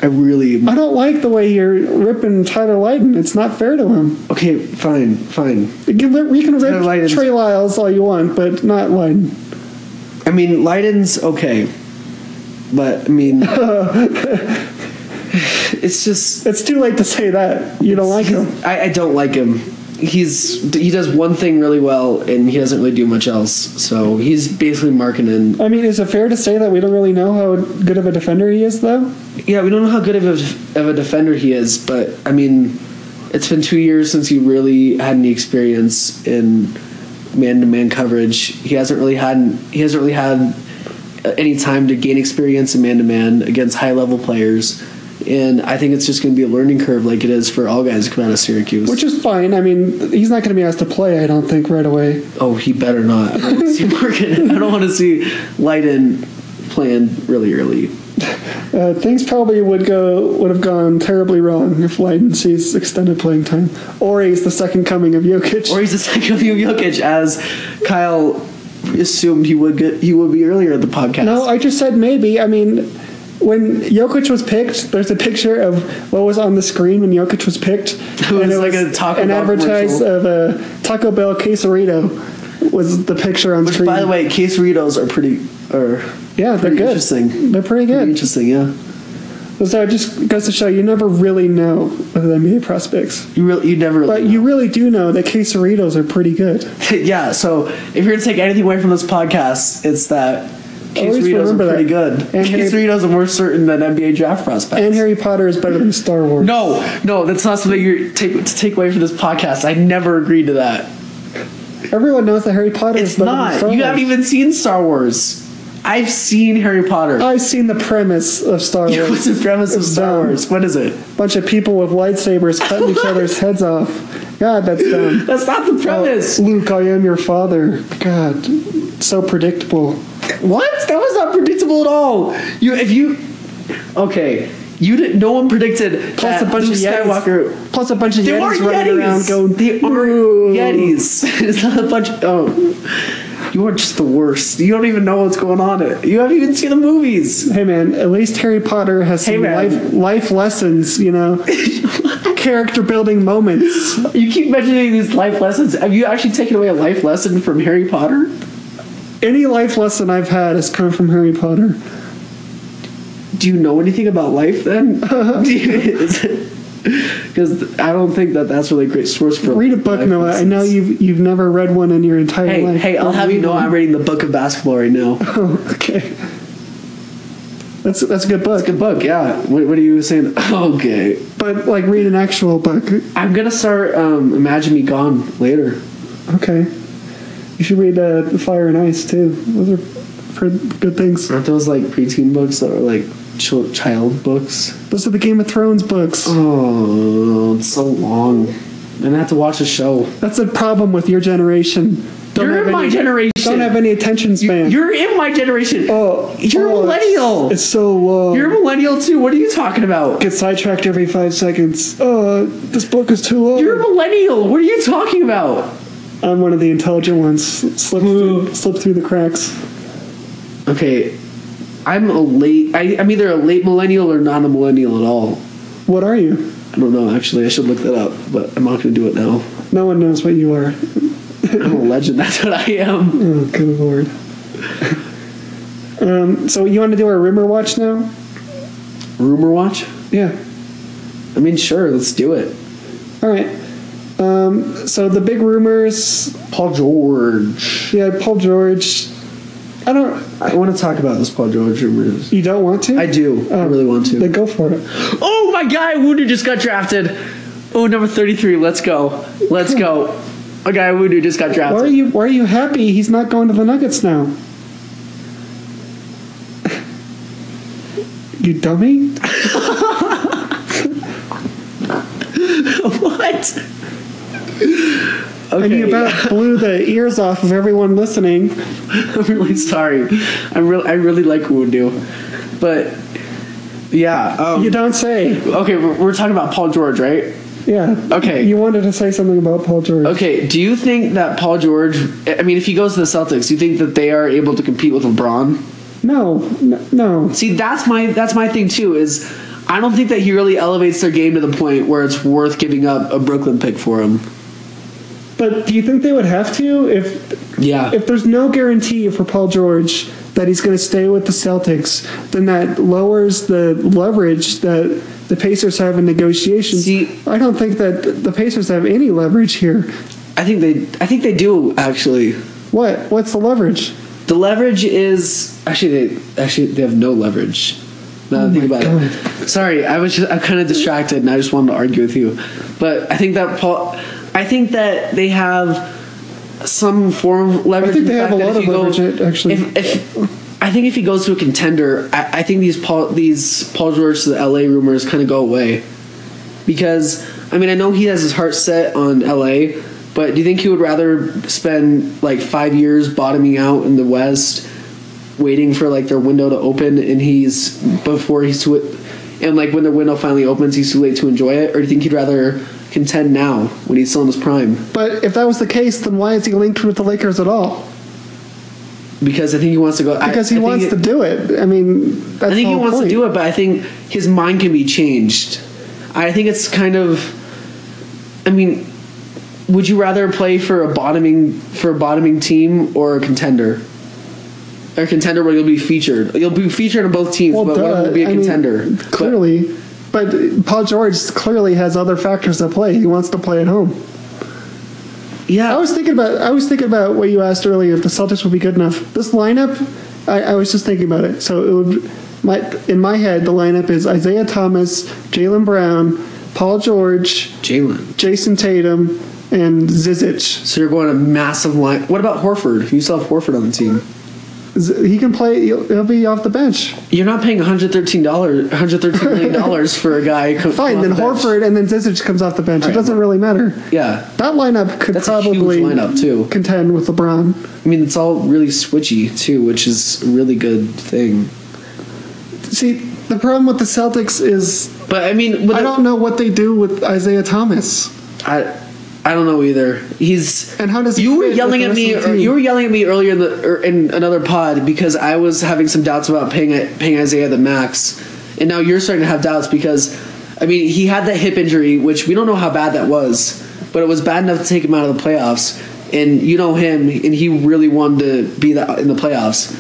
Speaker 2: I really
Speaker 1: I don't like the way you're ripping Tyler Lydon. It's not fair to him.
Speaker 2: okay. Fine, fine.
Speaker 1: You can, rip- you can
Speaker 2: Tyler
Speaker 1: rip
Speaker 2: Lydon's-
Speaker 1: Trey Lyles all you want, but not Lydon.
Speaker 2: I mean, Lydon's okay, but I mean, it's just
Speaker 1: It's too late to say that. You don't like him.
Speaker 2: I, I don't like him. He's he does one thing really well, and he doesn't really do much else. So he's basically marketing
Speaker 1: I mean, is it fair to say that we don't really know how good of a defender he is, though?
Speaker 2: Yeah, we don't know how good of a, of a defender he is, but I mean, it's been two years since he really had any experience in man-to-man coverage. He hasn't really had he hasn't really had any time to gain experience in man-to-man against high-level players, and I think it's just going to be a learning curve, like it is for all guys who come out of Syracuse.
Speaker 1: Which is fine. I mean, he's not going to be asked to play, I don't think, right away.
Speaker 2: oh, he better not. I don't want to see Morgan. I don't want to see Leiden playing really early.
Speaker 1: Uh, things probably would go would have gone terribly wrong if Leiden sees extended playing time, or he's the second coming of Jokic.
Speaker 2: or he's the second view Jokic, as Kyle assumed he would get, he would be earlier in the podcast.
Speaker 1: No, I just said maybe. I mean, when Jokic was picked, there's a picture of what was on the screen when Jokic was picked.
Speaker 2: It was like a Taco
Speaker 1: an
Speaker 2: Bell
Speaker 1: advertise of
Speaker 2: commercial.
Speaker 1: a Taco Bell quesarito was the picture on
Speaker 2: which
Speaker 1: screen.
Speaker 2: by the way, quesaritos are pretty are
Speaker 1: yeah, they're
Speaker 2: pretty
Speaker 1: good.
Speaker 2: interesting.
Speaker 1: They're pretty
Speaker 2: Pretty
Speaker 1: good.
Speaker 2: interesting, yeah.
Speaker 1: So it just goes to show you never really know with NBA prospects,
Speaker 2: You really you never
Speaker 1: but you really do know that quesaritos are pretty good.
Speaker 2: yeah. So if you're gonna take anything away from this podcast, it's that.
Speaker 1: Always
Speaker 2: Quesaritos are
Speaker 1: remember
Speaker 2: pretty
Speaker 1: that.
Speaker 2: good.
Speaker 1: And Harry-
Speaker 2: Quesaritos are more certain than NBA draft prospects.
Speaker 1: And Harry Potter is better than Star Wars.
Speaker 2: no, no, that's not something you take to take away from this podcast. I never agreed to that.
Speaker 1: Everyone knows that Harry Potter is
Speaker 2: It's
Speaker 1: better than Star
Speaker 2: not. You
Speaker 1: Wars.
Speaker 2: haven't even seen Star Wars. I've seen Harry Potter.
Speaker 1: I've seen the premise of Star
Speaker 2: What's
Speaker 1: Wars.
Speaker 2: the premise of Star
Speaker 1: dumb.
Speaker 2: Wars? What is it?
Speaker 1: bunch of people with lightsabers cutting each other's heads off. God, that's dumb. Oh,
Speaker 2: That's not the premise.
Speaker 1: Luke, I am your father. God, so predictable.
Speaker 2: What? That was not predictable at all. You, if you, okay, you didn't. No one predicted
Speaker 1: Plus
Speaker 2: that
Speaker 1: a bunch
Speaker 2: Luke
Speaker 1: of Yetis.
Speaker 2: Skywalker.
Speaker 1: Plus a bunch of
Speaker 2: They
Speaker 1: Yetis
Speaker 2: weren't
Speaker 1: running
Speaker 2: Yetis.
Speaker 1: around going.
Speaker 2: they
Speaker 1: "Ooh."
Speaker 2: aren't Yetis. It's not a bunch. Oh, you are just the worst. You don't even know what's going on. You haven't even seen the movies.
Speaker 1: Hey man, at least Harry Potter has
Speaker 2: Hey,
Speaker 1: some
Speaker 2: man.
Speaker 1: life life lessons, you know, character building moments.
Speaker 2: You keep mentioning these life lessons. Have you actually taken away a life lesson from Harry Potter?
Speaker 1: Any life lesson I've had has come from Harry Potter.
Speaker 2: do you know anything about life then? Because I don't think that that's really a great source for.
Speaker 1: Read a book,
Speaker 2: life
Speaker 1: Noah. I
Speaker 2: lessons.
Speaker 1: know you've you've never read one in your entire
Speaker 2: Hey,
Speaker 1: life.
Speaker 2: hey! I'll
Speaker 1: Don't
Speaker 2: have you
Speaker 1: read
Speaker 2: know
Speaker 1: one.
Speaker 2: I'm reading the book of basketball right now. It's
Speaker 1: Oh, okay. That's that's a good book.
Speaker 2: a good book, yeah. What, what are you saying? Okay,
Speaker 1: But like read an actual book.
Speaker 2: I'm gonna start. Um, Imagine me gone later.
Speaker 1: Okay. You should read uh, The Fire and Ice too. Those are pretty good things.
Speaker 2: Aren't those like preteen books that are like ch- child books?
Speaker 1: Those are the Game of Thrones books.
Speaker 2: Oh, it's so long. And I have to watch a show.
Speaker 1: That's the problem with your generation.
Speaker 3: Don't
Speaker 2: you're
Speaker 3: have
Speaker 2: in my
Speaker 3: any-
Speaker 2: generation.
Speaker 1: Don't have any attention span.
Speaker 2: You're in my generation.
Speaker 1: oh,
Speaker 2: you're a
Speaker 1: oh, it's-
Speaker 2: millennial.
Speaker 1: It's, so low.
Speaker 2: You're a millennial too. What are you talking about?
Speaker 1: get sidetracked every five seconds. Oh, this book is too low.
Speaker 2: You're a millennial. What are you talking about?
Speaker 1: I'm one of the intelligent ones. Slip through, slip through the cracks.
Speaker 2: Okay, I'm a late. I, I'm either a late millennial or not a millennial at all.
Speaker 1: What are you?
Speaker 2: I don't know. Actually, I should look that up, but I'm not going to do it now.
Speaker 1: No one knows what you are.
Speaker 2: I'm a legend. That's what I am.
Speaker 1: Oh, good lord. um, so you want to do our rumor watch now?
Speaker 2: Rumor watch.
Speaker 1: Yeah.
Speaker 2: I mean, sure. Let's do it.
Speaker 1: All right. Um, so the big rumors.
Speaker 2: Paul George.
Speaker 1: Yeah, Paul George. I don't.
Speaker 2: I want to talk about this Paul George rumor.
Speaker 1: You don't want to?
Speaker 2: I do. I really want to.
Speaker 1: Then go for it.
Speaker 2: Oh my guy, Woodu just got drafted. Oh, number 33. Let's go. Let's go. A guy Woodu just got
Speaker 1: Why are
Speaker 2: drafted.
Speaker 1: you? Why are you happy? He's not going to the Nuggets now. you dummy!
Speaker 2: what?
Speaker 1: and you
Speaker 2: Okay.
Speaker 1: about blew the ears off of everyone listening.
Speaker 2: I'm really sorry. I'm real I really like Woodu. But yeah. Um,
Speaker 1: You don't say.
Speaker 2: okay, we're, we're talking about Paul George, right?
Speaker 1: Yeah.
Speaker 2: Okay.
Speaker 1: You wanted to say something about Paul George.
Speaker 2: Okay, do you think that Paul George, I mean, if he goes to the Celtics, do you think that they are able to compete with LeBron?
Speaker 1: No, n- no.
Speaker 2: See, that's my that's my thing too. Is I don't think that he really elevates their game to the point where it's worth giving up a Brooklyn pick for him.
Speaker 1: But do you think they would have to if
Speaker 2: Yeah,
Speaker 1: if there's no guarantee for Paul George that he's going to stay with the Celtics? Then that lowers the leverage that the Pacers have in negotiations.
Speaker 2: See-
Speaker 1: I don't think that the Pacers have any leverage here.
Speaker 2: I think they I think they do actually.
Speaker 1: What? What's the leverage?
Speaker 2: The leverage is actually they actually they have no leverage. Now
Speaker 1: Oh
Speaker 2: that I think about it. Sorry, I was just, I'm kind of distracted and I just wanted to argue with you, but I think that Paul, I think that they have some form of leverage.
Speaker 1: I think
Speaker 2: in
Speaker 1: they
Speaker 2: the
Speaker 1: have
Speaker 2: fact
Speaker 1: a
Speaker 2: that
Speaker 1: lot
Speaker 2: if
Speaker 1: of
Speaker 2: you
Speaker 1: leverage,
Speaker 2: go-
Speaker 1: actually.
Speaker 2: If, if, I think if he goes to a contender, I, I think these Paul these Paul George to the LA rumors kind of go away, because I mean I know he has his heart set on LA, but do you think he would rather spend like five years bottoming out in the West, waiting for like their window to open, and he's before he's too, and like when their window finally opens, he's too late to enjoy it, or do you think he'd rather contend now when he's still in his prime?
Speaker 1: But if that was the case, then why is he linked with the Lakers at all?
Speaker 2: Because I think he wants to go I-
Speaker 1: Because he
Speaker 2: I think
Speaker 1: wants
Speaker 2: it-
Speaker 1: to do it. I mean, that's the
Speaker 2: I think he
Speaker 1: whole
Speaker 2: wants
Speaker 1: point.
Speaker 2: to do it, but I think his mind can be changed. I think it's kind of. I mean, would you rather play for a bottoming for a bottoming team or a contender? A contender where you'll be featured. You'll be featured on both teams,
Speaker 1: Well,
Speaker 2: but one
Speaker 1: duh.
Speaker 2: will be a
Speaker 1: I mean,
Speaker 2: contender. But-
Speaker 1: clearly, but, Paul George clearly has other factors at play. He wants to play at home.
Speaker 2: yeah,
Speaker 1: I was thinking about I was thinking about what you asked earlier. If the Celtics would be good enough, this lineup, I, I was just thinking about it. So it would, my in my head, the lineup is Isaiah Thomas, Jalen Brown, Paul George,
Speaker 2: Jalen.
Speaker 1: Jason Tatum, and Zizic.
Speaker 2: So you're going a massive line. What about Horford? You still have Horford on the team.
Speaker 1: Z- He can play. He'll, he'll be off the bench.
Speaker 2: You're not paying 113 dollars, 113 million dollars for a guy. co-
Speaker 1: Fine.
Speaker 2: on
Speaker 1: Then
Speaker 2: the bench.
Speaker 1: Horford and then Zizic comes off the bench. It doesn't really matter.
Speaker 2: Yeah,
Speaker 1: That lineup could
Speaker 2: That's a huge
Speaker 1: probably
Speaker 2: lineup, too.
Speaker 1: contend with LeBron.
Speaker 2: I mean, it's all really switchy too, which is a really good thing.
Speaker 1: See, the problem with the Celtics is
Speaker 2: But I mean, with
Speaker 1: I
Speaker 2: the-
Speaker 1: don't know what they do with Isaiah Thomas.
Speaker 2: I, I don't know either. He's
Speaker 1: And how does he
Speaker 2: you were
Speaker 1: fit with
Speaker 2: yelling
Speaker 1: the
Speaker 2: at
Speaker 1: rest
Speaker 2: me?
Speaker 1: of the
Speaker 2: Or,
Speaker 1: team?
Speaker 2: you were yelling at me earlier in, the, or in another pod because I was having some doubts about paying paying Isaiah the max, and now you're starting to have doubts because, I mean, he had that hip injury, which we don't know how bad that was, but it was bad enough to take him out of the playoffs. And you know him, and he really wanted to be that in the playoffs.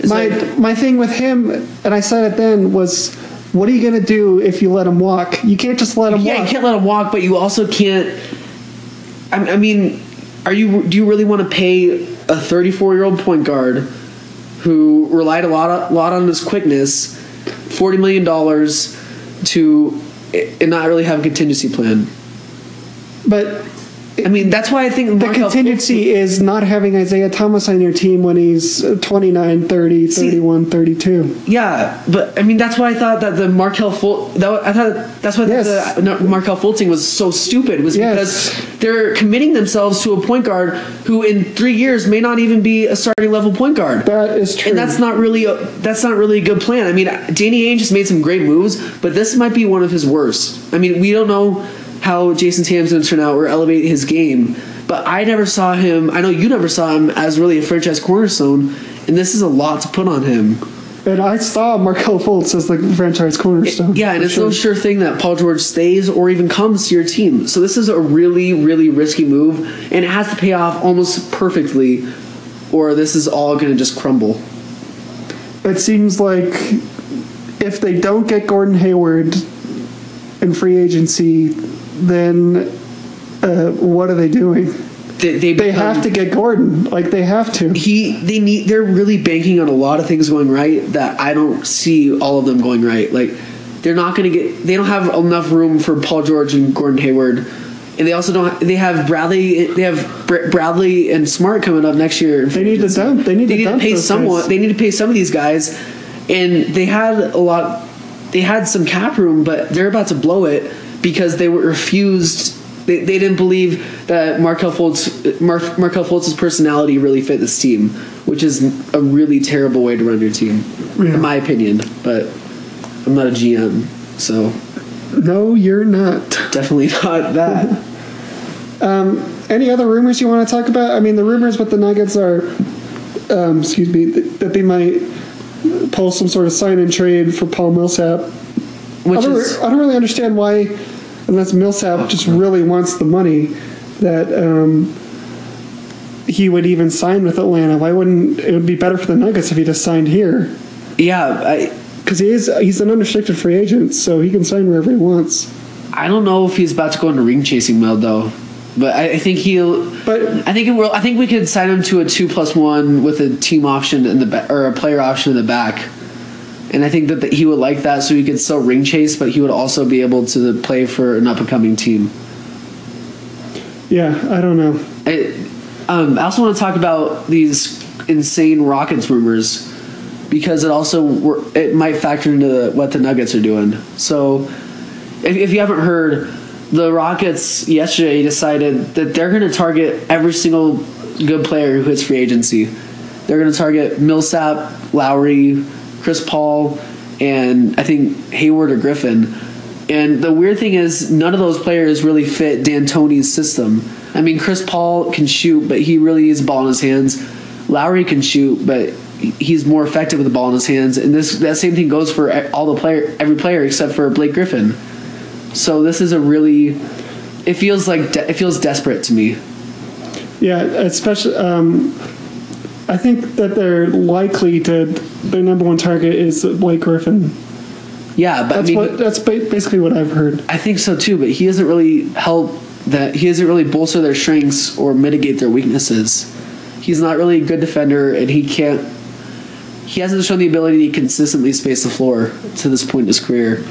Speaker 2: It's
Speaker 1: my
Speaker 2: like-
Speaker 1: my thing with him, and I said it then, was what are you going to do if you let him walk? You can't just let him
Speaker 2: Yeah,
Speaker 1: walk.
Speaker 2: you can't let him walk, but you also can't. I, I mean, are you? Do you really want to pay a 34 year old point guard who relied a lot, a lot on his quickness, 40 million dollars to and not really have a contingency plan?
Speaker 1: but
Speaker 2: I mean, that's why I think
Speaker 1: The
Speaker 2: Markel-
Speaker 1: contingency is not having Isaiah Thomas on your team when he's uh, 29, 30, 31, 32.
Speaker 2: Yeah, but I mean that's why I thought that the Markel Ful- that wa- I thought that's why
Speaker 1: Yes.
Speaker 2: the no, Markel Fulting was so stupid was
Speaker 1: Yes.
Speaker 2: because they're committing themselves to a point guard who in three years may not even be a starting level point guard.
Speaker 1: That is true.
Speaker 2: And that's not really a, that's not really a good plan. I mean, Danny Ainge has made some great moves, but this might be one of his worst. I mean, we don't know how Jason Tatum's going to turn out or elevate his game, but I never saw him. I know you never saw him as really a franchise cornerstone, and this is a lot to put on him.
Speaker 1: And I saw Markel Fultz as the franchise cornerstone.
Speaker 2: Yeah, and
Speaker 1: for
Speaker 2: it's
Speaker 1: sure.
Speaker 2: no sure thing that Paul George stays or even comes to your team. So this is a really, really risky move, and it has to pay off almost perfectly, or this is all going to just crumble.
Speaker 1: It seems like if they don't get Gordon Hayward in free agency, then uh, what are they doing?
Speaker 2: They, they,
Speaker 1: They have to get Gordon. Like they have to.
Speaker 2: He, they need. They're really banking on a lot of things going right that I don't see all of them going right. Like they're not going to get. They don't have enough room for Paul George and Gordon Hayward, and they also don't. They have Bradley. They have Br- Bradley and Smart coming up next year.
Speaker 1: They need to dump. They need
Speaker 2: they
Speaker 1: to
Speaker 2: need to
Speaker 1: dump
Speaker 2: pay
Speaker 1: those
Speaker 2: someone.
Speaker 1: guys.
Speaker 2: They need to pay some of these guys, and they had a lot. They had some cap room, but they're about to blow it because they were refused. They, they didn't believe that Markel Fultz, Mar, Markel Fultz's personality really fit this team, which is a really terrible way to run your team,
Speaker 1: Yeah.
Speaker 2: in my opinion. But I'm not a GM, so
Speaker 1: No, you're not. Um,
Speaker 2: definitely not that.
Speaker 1: Any other rumors you want to talk about? I mean, the rumors with the Nuggets are, um, excuse me, th- that they might pull some sort of sign and trade for Paul Millsap.
Speaker 2: Which
Speaker 1: I don't,
Speaker 2: is
Speaker 1: I don't really understand why, unless Millsap just really wants the money, that um, he would even sign with Atlanta. Why wouldn't it would be better for the Nuggets if he just signed here?
Speaker 2: yeah. I,
Speaker 1: Because he is he's an unrestricted free agent, so he can sign wherever he wants.
Speaker 2: I don't know if he's about to go into ring chasing mode though, but I, I think he'll.
Speaker 1: But
Speaker 2: I think it will. I think we could sign him to a two plus one with a team option in the ba- or a player option in the back, and I think that the, he would like that, so he could still ring chase, but he would also be able to play for an up and coming team.
Speaker 1: yeah, I don't know.
Speaker 2: I, um, I also want to talk about these insane Rockets rumors because it also wor- it might factor into the, what the Nuggets are doing. So, if, if you haven't heard, the Rockets yesterday decided that they're going to target every single good player who hits free agency. They're going to target Millsap, Lowry, Chris Paul, and I think Hayward or Griffin. And the weird thing is, none of those players really fit D'Antoni's system. I mean, Chris Paul can shoot, but he really needs the ball in his hands. Lowry can shoot, but he's more effective with the ball in his hands. And this that same thing goes for e-, all the player, every player except for Blake Griffin. So this is a really, it feels like de- it feels desperate to me.
Speaker 1: Yeah, especially. Um, I think that they're likely to. Their number one target is Blake Griffin.
Speaker 2: Yeah, but
Speaker 1: That's
Speaker 2: I mean,
Speaker 1: what. That's ba- basically what I've heard.
Speaker 2: I think so too. But he doesn't really help that he doesn't really bolster their strengths or mitigate their weaknesses. He's not really a good defender, and he can't. He hasn't shown the ability to consistently space the floor to this point in his career.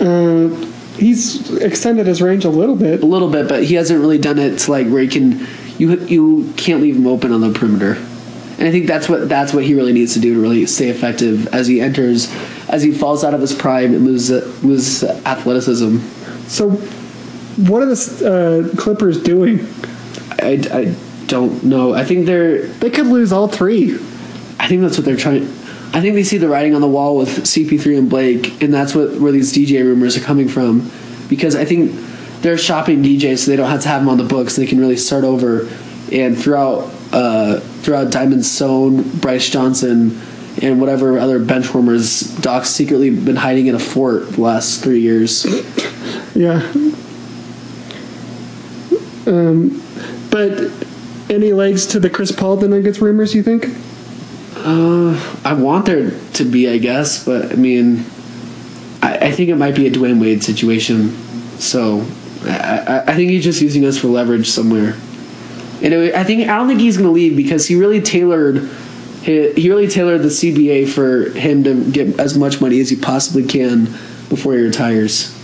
Speaker 1: Uh, he's extended his range a little bit.
Speaker 2: A little bit, but he hasn't really done it to like where he can. You you can't leave him open on the perimeter, and I think that's what that's what he really needs to do to really stay effective as he enters, as he falls out of his prime and loses loses athleticism.
Speaker 1: So, what are the uh, Clippers doing?
Speaker 2: I, I don't know. I think they're
Speaker 1: They could lose all three.
Speaker 2: I think that's what they're trying. I think they see the writing on the wall with CP3 and Blake, and that's what where these DJ rumors are coming from, because I think they're shopping DJ so they don't have to have them on the books. They can really start over, and throughout uh, throughout Diamond Stone, Bryce Johnson, and whatever other bench warmers Doc's secretly been hiding in a fort the last three years.
Speaker 1: Yeah. Um, but any legs to the Chris Paul the Nuggets rumors? You think?
Speaker 2: Uh, I want there to be, I guess, but I mean, I, I think it might be a Dwayne Wade situation. So I, I, I think he's just using us for leverage somewhere. And it, I think I don't think he's going to leave because he really tailored he, he really tailored the CBA for him to get as much money as he possibly can before he retires.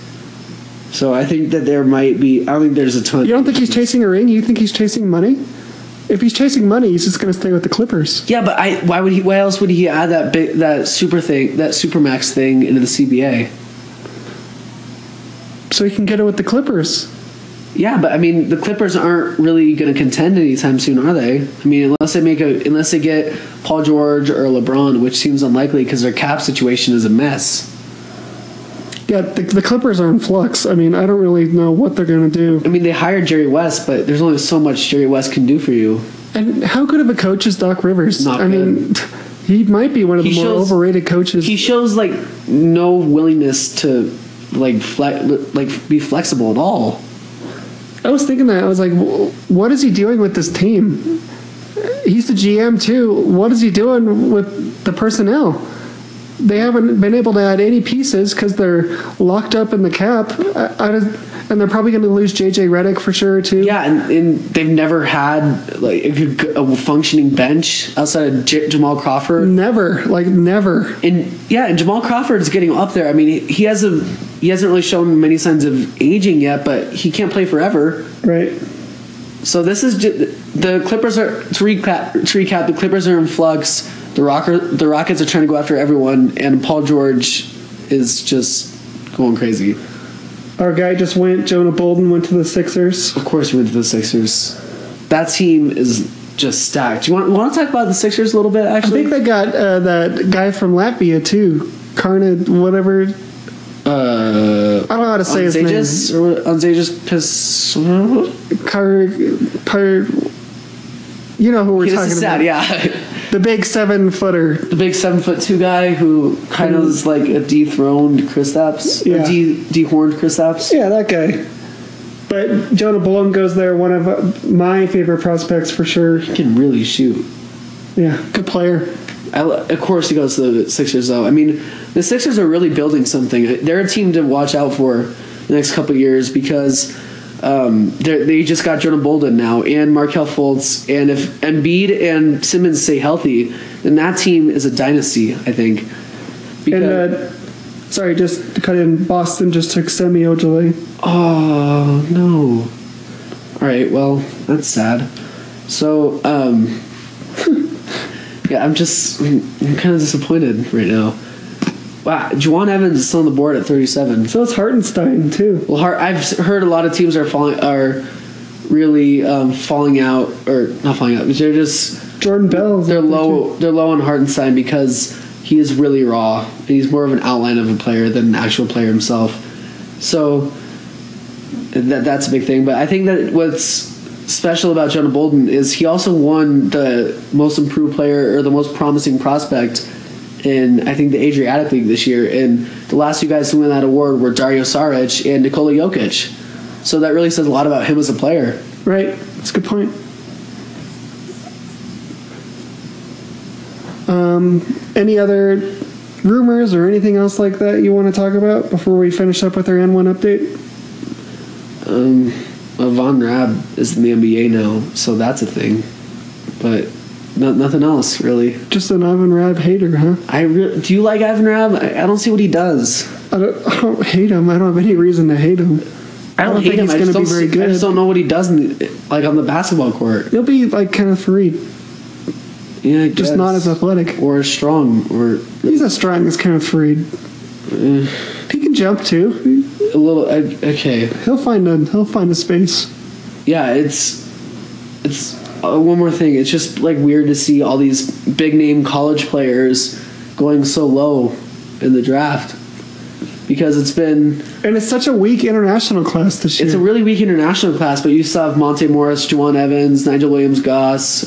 Speaker 3: So I think that there might be. I don't think there's a ton.
Speaker 1: You don't think he's chasing a ring? You think he's chasing money? If he's chasing money, he's just going to stay with the Clippers.
Speaker 2: Yeah, but I why would he? Why else would he add that big that super thing that supermax thing into the CBA?
Speaker 1: So he can get it with the Clippers.
Speaker 2: Yeah, but I mean the Clippers aren't really going to contend anytime soon, are they? I mean, unless they make a unless they get Paul George or LeBron, which seems unlikely because their cap situation is a mess.
Speaker 1: Yeah, the, the Clippers are in flux. I mean, I don't really know what they're going to do.
Speaker 2: I mean, they hired Jerry West, but there's only so much Jerry West can do for you.
Speaker 1: And how good of a coach is Doc Rivers?
Speaker 2: Not
Speaker 1: I mean, he might be one of the
Speaker 2: He
Speaker 1: more
Speaker 2: shows-
Speaker 1: overrated coaches.
Speaker 2: He shows like no willingness to like fle- like be flexible at all.
Speaker 1: I was thinking that. I was like, "Wh- what is he doing with this team? He's the GM too. What is he doing with the personnel? They haven't been able to add any pieces because they're locked up in the cap. I, I don't- and they're probably going to lose JJ Redick for sure too.
Speaker 2: Yeah, and, and they've never had like a, good- a functioning bench outside of J- Jamal Crawford.
Speaker 1: Never, like never.
Speaker 2: And yeah, and Jamal Crawford's getting up there. I mean, he has a he hasn't really shown many signs of aging yet, but he can't play forever.
Speaker 1: Right.
Speaker 2: So this is ju- the Clippers are to recap. To recap, the Clippers are in flux. The Rocker, the Rockets are trying to go after everyone, and Paul George is just going crazy.
Speaker 1: Our guy just went. Jonah Bolden went to the Sixers.
Speaker 2: Of course, we went to the Sixers. That team is just stacked. Do you want, want to talk about the Sixers a little bit?
Speaker 1: I
Speaker 2: Actually,
Speaker 1: think they got uh, that guy from Latvia too. Karna, whatever.
Speaker 2: uh,
Speaker 1: I don't know how to say his name.
Speaker 2: Onzages or Onzages Piss.
Speaker 1: Car, par, you know who we're
Speaker 2: This
Speaker 1: talking
Speaker 2: is
Speaker 1: about.
Speaker 2: sad. Yeah.
Speaker 1: The big seven footer.
Speaker 2: the big seven foot two guy who kind of is like a dethroned Kristaps, or
Speaker 1: Mm-hmm. Yeah.
Speaker 2: de- dehorned Kristaps.
Speaker 1: Yeah, that guy. But Jonah Bloom goes there, one of my favorite prospects for sure.
Speaker 2: He can really shoot.
Speaker 1: Yeah, good player.
Speaker 2: I, lo- of course, he goes to the Sixers though. I mean, the Sixers are really building something. They're a team to watch out for the next couple of years because um, they're- they just got Jordan Bolden now and Markel Fultz, and if Embiid and Simmons stay healthy, then that team is a dynasty. I think.
Speaker 1: And
Speaker 2: Because,
Speaker 1: uh, sorry, just to cut in. Boston just took Semi Ojeley.
Speaker 2: Oh no! All right, well that's sad. So, um, yeah, I'm just I'm kind of disappointed right now. Wow, Juwan Evans is still on the board at 37.
Speaker 1: So it's Hartenstein too.
Speaker 2: Well, har- I've s- heard a lot of teams are falling are really um, falling out or not falling out. They're just
Speaker 1: Jordan Bell.
Speaker 2: they're low they're low on Hartenstein because he is really raw and he's more of an outline of a player than an actual player himself. So that that's a big thing. But I think that what's special about Jonah Bolden is he also won the most improved player or the most promising prospect in I think the Adriatic League this year. And the last two guys to win that award were Dario Saric and Nikola Jokic. So that really says a lot about him as a player.
Speaker 1: Right. That's a good point. Um, any other rumors or anything else like that you want to talk about before we finish up with our N1 update?
Speaker 2: Um, well, Von Rabb is in the NBA now, so that's a thing. But no, nothing else really.
Speaker 1: Just an Ivan Rab hater, huh?
Speaker 2: I re- do you like Ivan Rabb? I, I don't see what he does.
Speaker 1: I don't, I don't hate him. I don't have any reason to hate him.
Speaker 2: I don't,
Speaker 1: don't
Speaker 2: hate
Speaker 1: think
Speaker 2: him.
Speaker 1: he's
Speaker 2: I
Speaker 1: gonna
Speaker 2: just
Speaker 1: be
Speaker 2: don't
Speaker 1: very
Speaker 2: see- I just
Speaker 1: good.
Speaker 2: don't know what he does, in the, like on the basketball court.
Speaker 1: He'll be like Kenneth Reed,
Speaker 2: Yeah, I
Speaker 1: just
Speaker 2: guess.
Speaker 1: not as athletic.
Speaker 2: or as strong or eh,
Speaker 1: He's as strong as Kenneth Reed. He can jump too.
Speaker 2: a little. I, okay,
Speaker 1: He'll find a he'll find a space.
Speaker 2: yeah, it's it's uh, one more thing. It's just like weird to see all these big name college players going so low in the draft because it's been.
Speaker 1: And it's such a weak international class this year.
Speaker 2: It's a really weak international class, but you still have Monte Morris, Juwan Evans, Nigel Williams, Goss,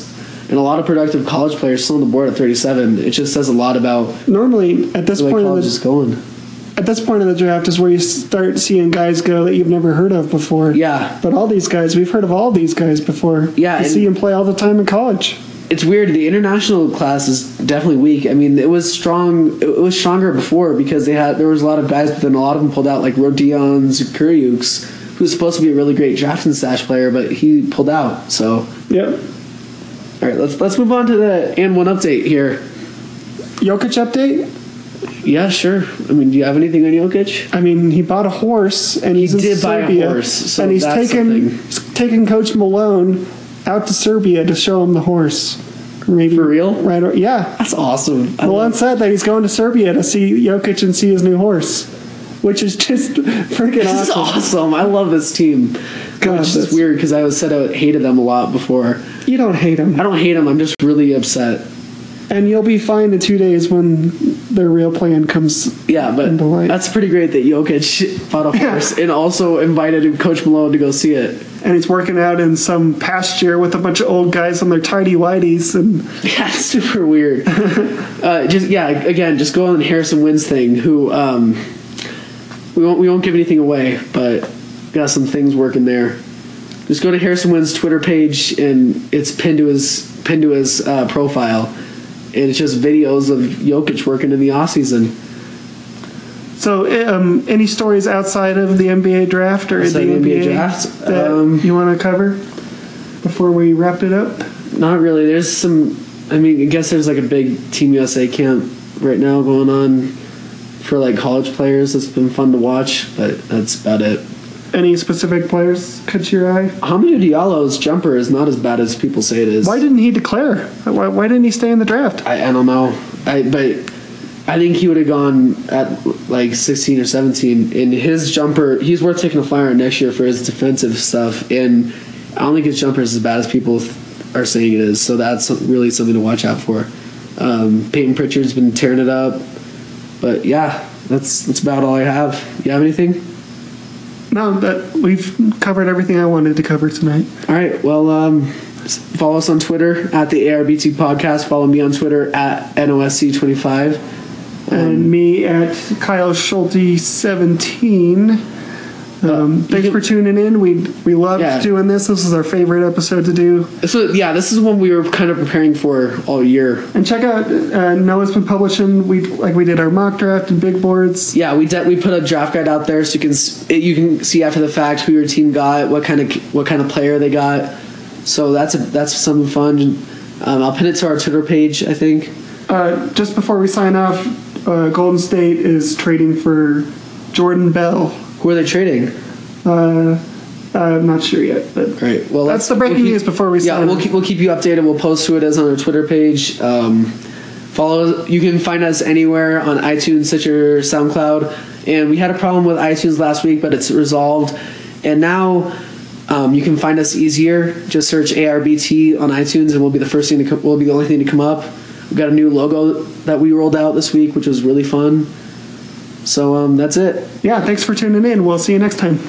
Speaker 2: and a lot of productive college players still on the board at 37. It just says a lot about
Speaker 1: Normally, at this
Speaker 2: the way
Speaker 1: point, in
Speaker 2: college
Speaker 1: the-
Speaker 2: is going.
Speaker 1: at this point of the draft is where you start seeing guys go that you've never heard of before.
Speaker 2: Yeah,
Speaker 1: But all these guys, we've heard of all these guys before.
Speaker 2: Yeah,
Speaker 1: You
Speaker 2: and-
Speaker 1: see them play all the time in college.
Speaker 2: it's weird. The international class is definitely weak. I mean, it was strong. It was stronger before because they had there was a lot of guys, but then a lot of them pulled out, like Rodion's Kuryuks, who's supposed to be a really great draft and stash player, but he pulled out. So,
Speaker 1: Yep.
Speaker 2: all right, let's let's move on to the and one update here.
Speaker 1: Jokic update?
Speaker 2: yeah, sure. I mean, do you have anything on Jokic?
Speaker 1: I mean, he bought a horse and he's in
Speaker 2: did buy a
Speaker 1: Serbia,
Speaker 2: horse, so
Speaker 1: and he's
Speaker 2: that's
Speaker 1: taken
Speaker 2: something.
Speaker 1: he's taken Coach Malone out to Serbia to show him the horse. Maybe,
Speaker 2: For real?
Speaker 1: Right? o- Yeah.
Speaker 2: That's awesome. I
Speaker 1: Malone
Speaker 2: love-
Speaker 1: said that he's going to Serbia to see Jokic and see his new horse, which is just freaking
Speaker 2: this is
Speaker 1: awesome.
Speaker 2: awesome. I love this team.
Speaker 1: God,
Speaker 2: Which is
Speaker 1: that's-
Speaker 2: weird because I was said I hated them a lot before.
Speaker 1: You don't hate him,
Speaker 2: I don't hate them. I'm just really upset.
Speaker 1: and you'll be fine in two days when their real plan comes.
Speaker 2: Yeah, but
Speaker 1: And delight.
Speaker 2: that's pretty great that Jokic bought a horse and also invited Coach Malone to go see it.
Speaker 1: And he's working out in some pasture with a bunch of old guys on their tidy whities and.
Speaker 2: Yeah, it's super weird. uh, just yeah, again, just go on the Harrison Wins thing. Who um, we won't we won't give anything away, but got some things working there. Just go to Harrison Wins Twitter page and it's pinned to his pinned to his uh, profile, and it's just videos of Jokic working in the off season.
Speaker 1: So, um, any stories outside of the NBA draft or
Speaker 2: Outside
Speaker 1: the
Speaker 2: of the
Speaker 1: NBA,
Speaker 2: NBA draft?
Speaker 1: that
Speaker 2: Um,
Speaker 1: you want to cover before we wrap it up?
Speaker 2: Not really. There's some. I mean, I guess there's like a big Team USA camp right now going on for like college players. It's been fun to watch, but that's about it.
Speaker 1: Any specific players catch your eye?
Speaker 2: Hamidou Diallo's jumper is not as bad as people say it is.
Speaker 1: Why didn't he declare? Why, why didn't he stay in the draft?
Speaker 2: I, I don't know. I but I think he would have gone at like 16 or 17. And his jumper, he's worth taking a flyer on next year for his defensive stuff. And I don't think his jumper is as bad as people th- are saying it is. So that's really something to watch out for. Um, Peyton Pritchard's been tearing it up. But yeah, that's that's about all I have. You have anything?
Speaker 1: No, that we've covered everything I wanted to cover tonight.
Speaker 2: All right. Well, um, s- follow us on Twitter at the ARBT podcast. Follow me on Twitter at NOSC25.
Speaker 1: and me at Kyle Schulte seventeen. Um, thanks for tuning in. We we loved
Speaker 2: Yeah.
Speaker 1: doing this. This is our favorite episode to do.
Speaker 2: So yeah, this is one we were kind of preparing for all year.
Speaker 1: And check out uh, Noah's been publishing. We like we did our mock draft and big boards.
Speaker 2: Yeah, we de- we put a draft guide out there so you can s- you can see after the fact who your team got, what kind of what kind of player they got. So that's a, that's some fun. Um, I'll pin it to our Twitter page. I think
Speaker 1: Uh, just before we sign off, uh, Golden State is trading for Jordan Bell.
Speaker 2: who are they trading?
Speaker 1: Uh, I'm not sure yet, but
Speaker 2: All right. Well,
Speaker 1: That's
Speaker 2: let's-
Speaker 1: the breaking
Speaker 2: we'll keep-
Speaker 1: news before we
Speaker 2: Yeah,
Speaker 1: sign
Speaker 2: we'll
Speaker 1: off.
Speaker 2: keep, we'll keep you updated. We'll post who it is on our Twitter page. Um, follow. You can find us anywhere on iTunes, Stitcher, SoundCloud. And we had a problem with iTunes last week, but it's resolved. And now um, you can find us easier. Just search ARBT on iTunes, and we'll be the first thing to co- we'll be the only thing to come up. We got a new logo that we rolled out this week, which was really fun. So um, that's it.
Speaker 1: yeah, thanks for tuning in. We'll see you next time.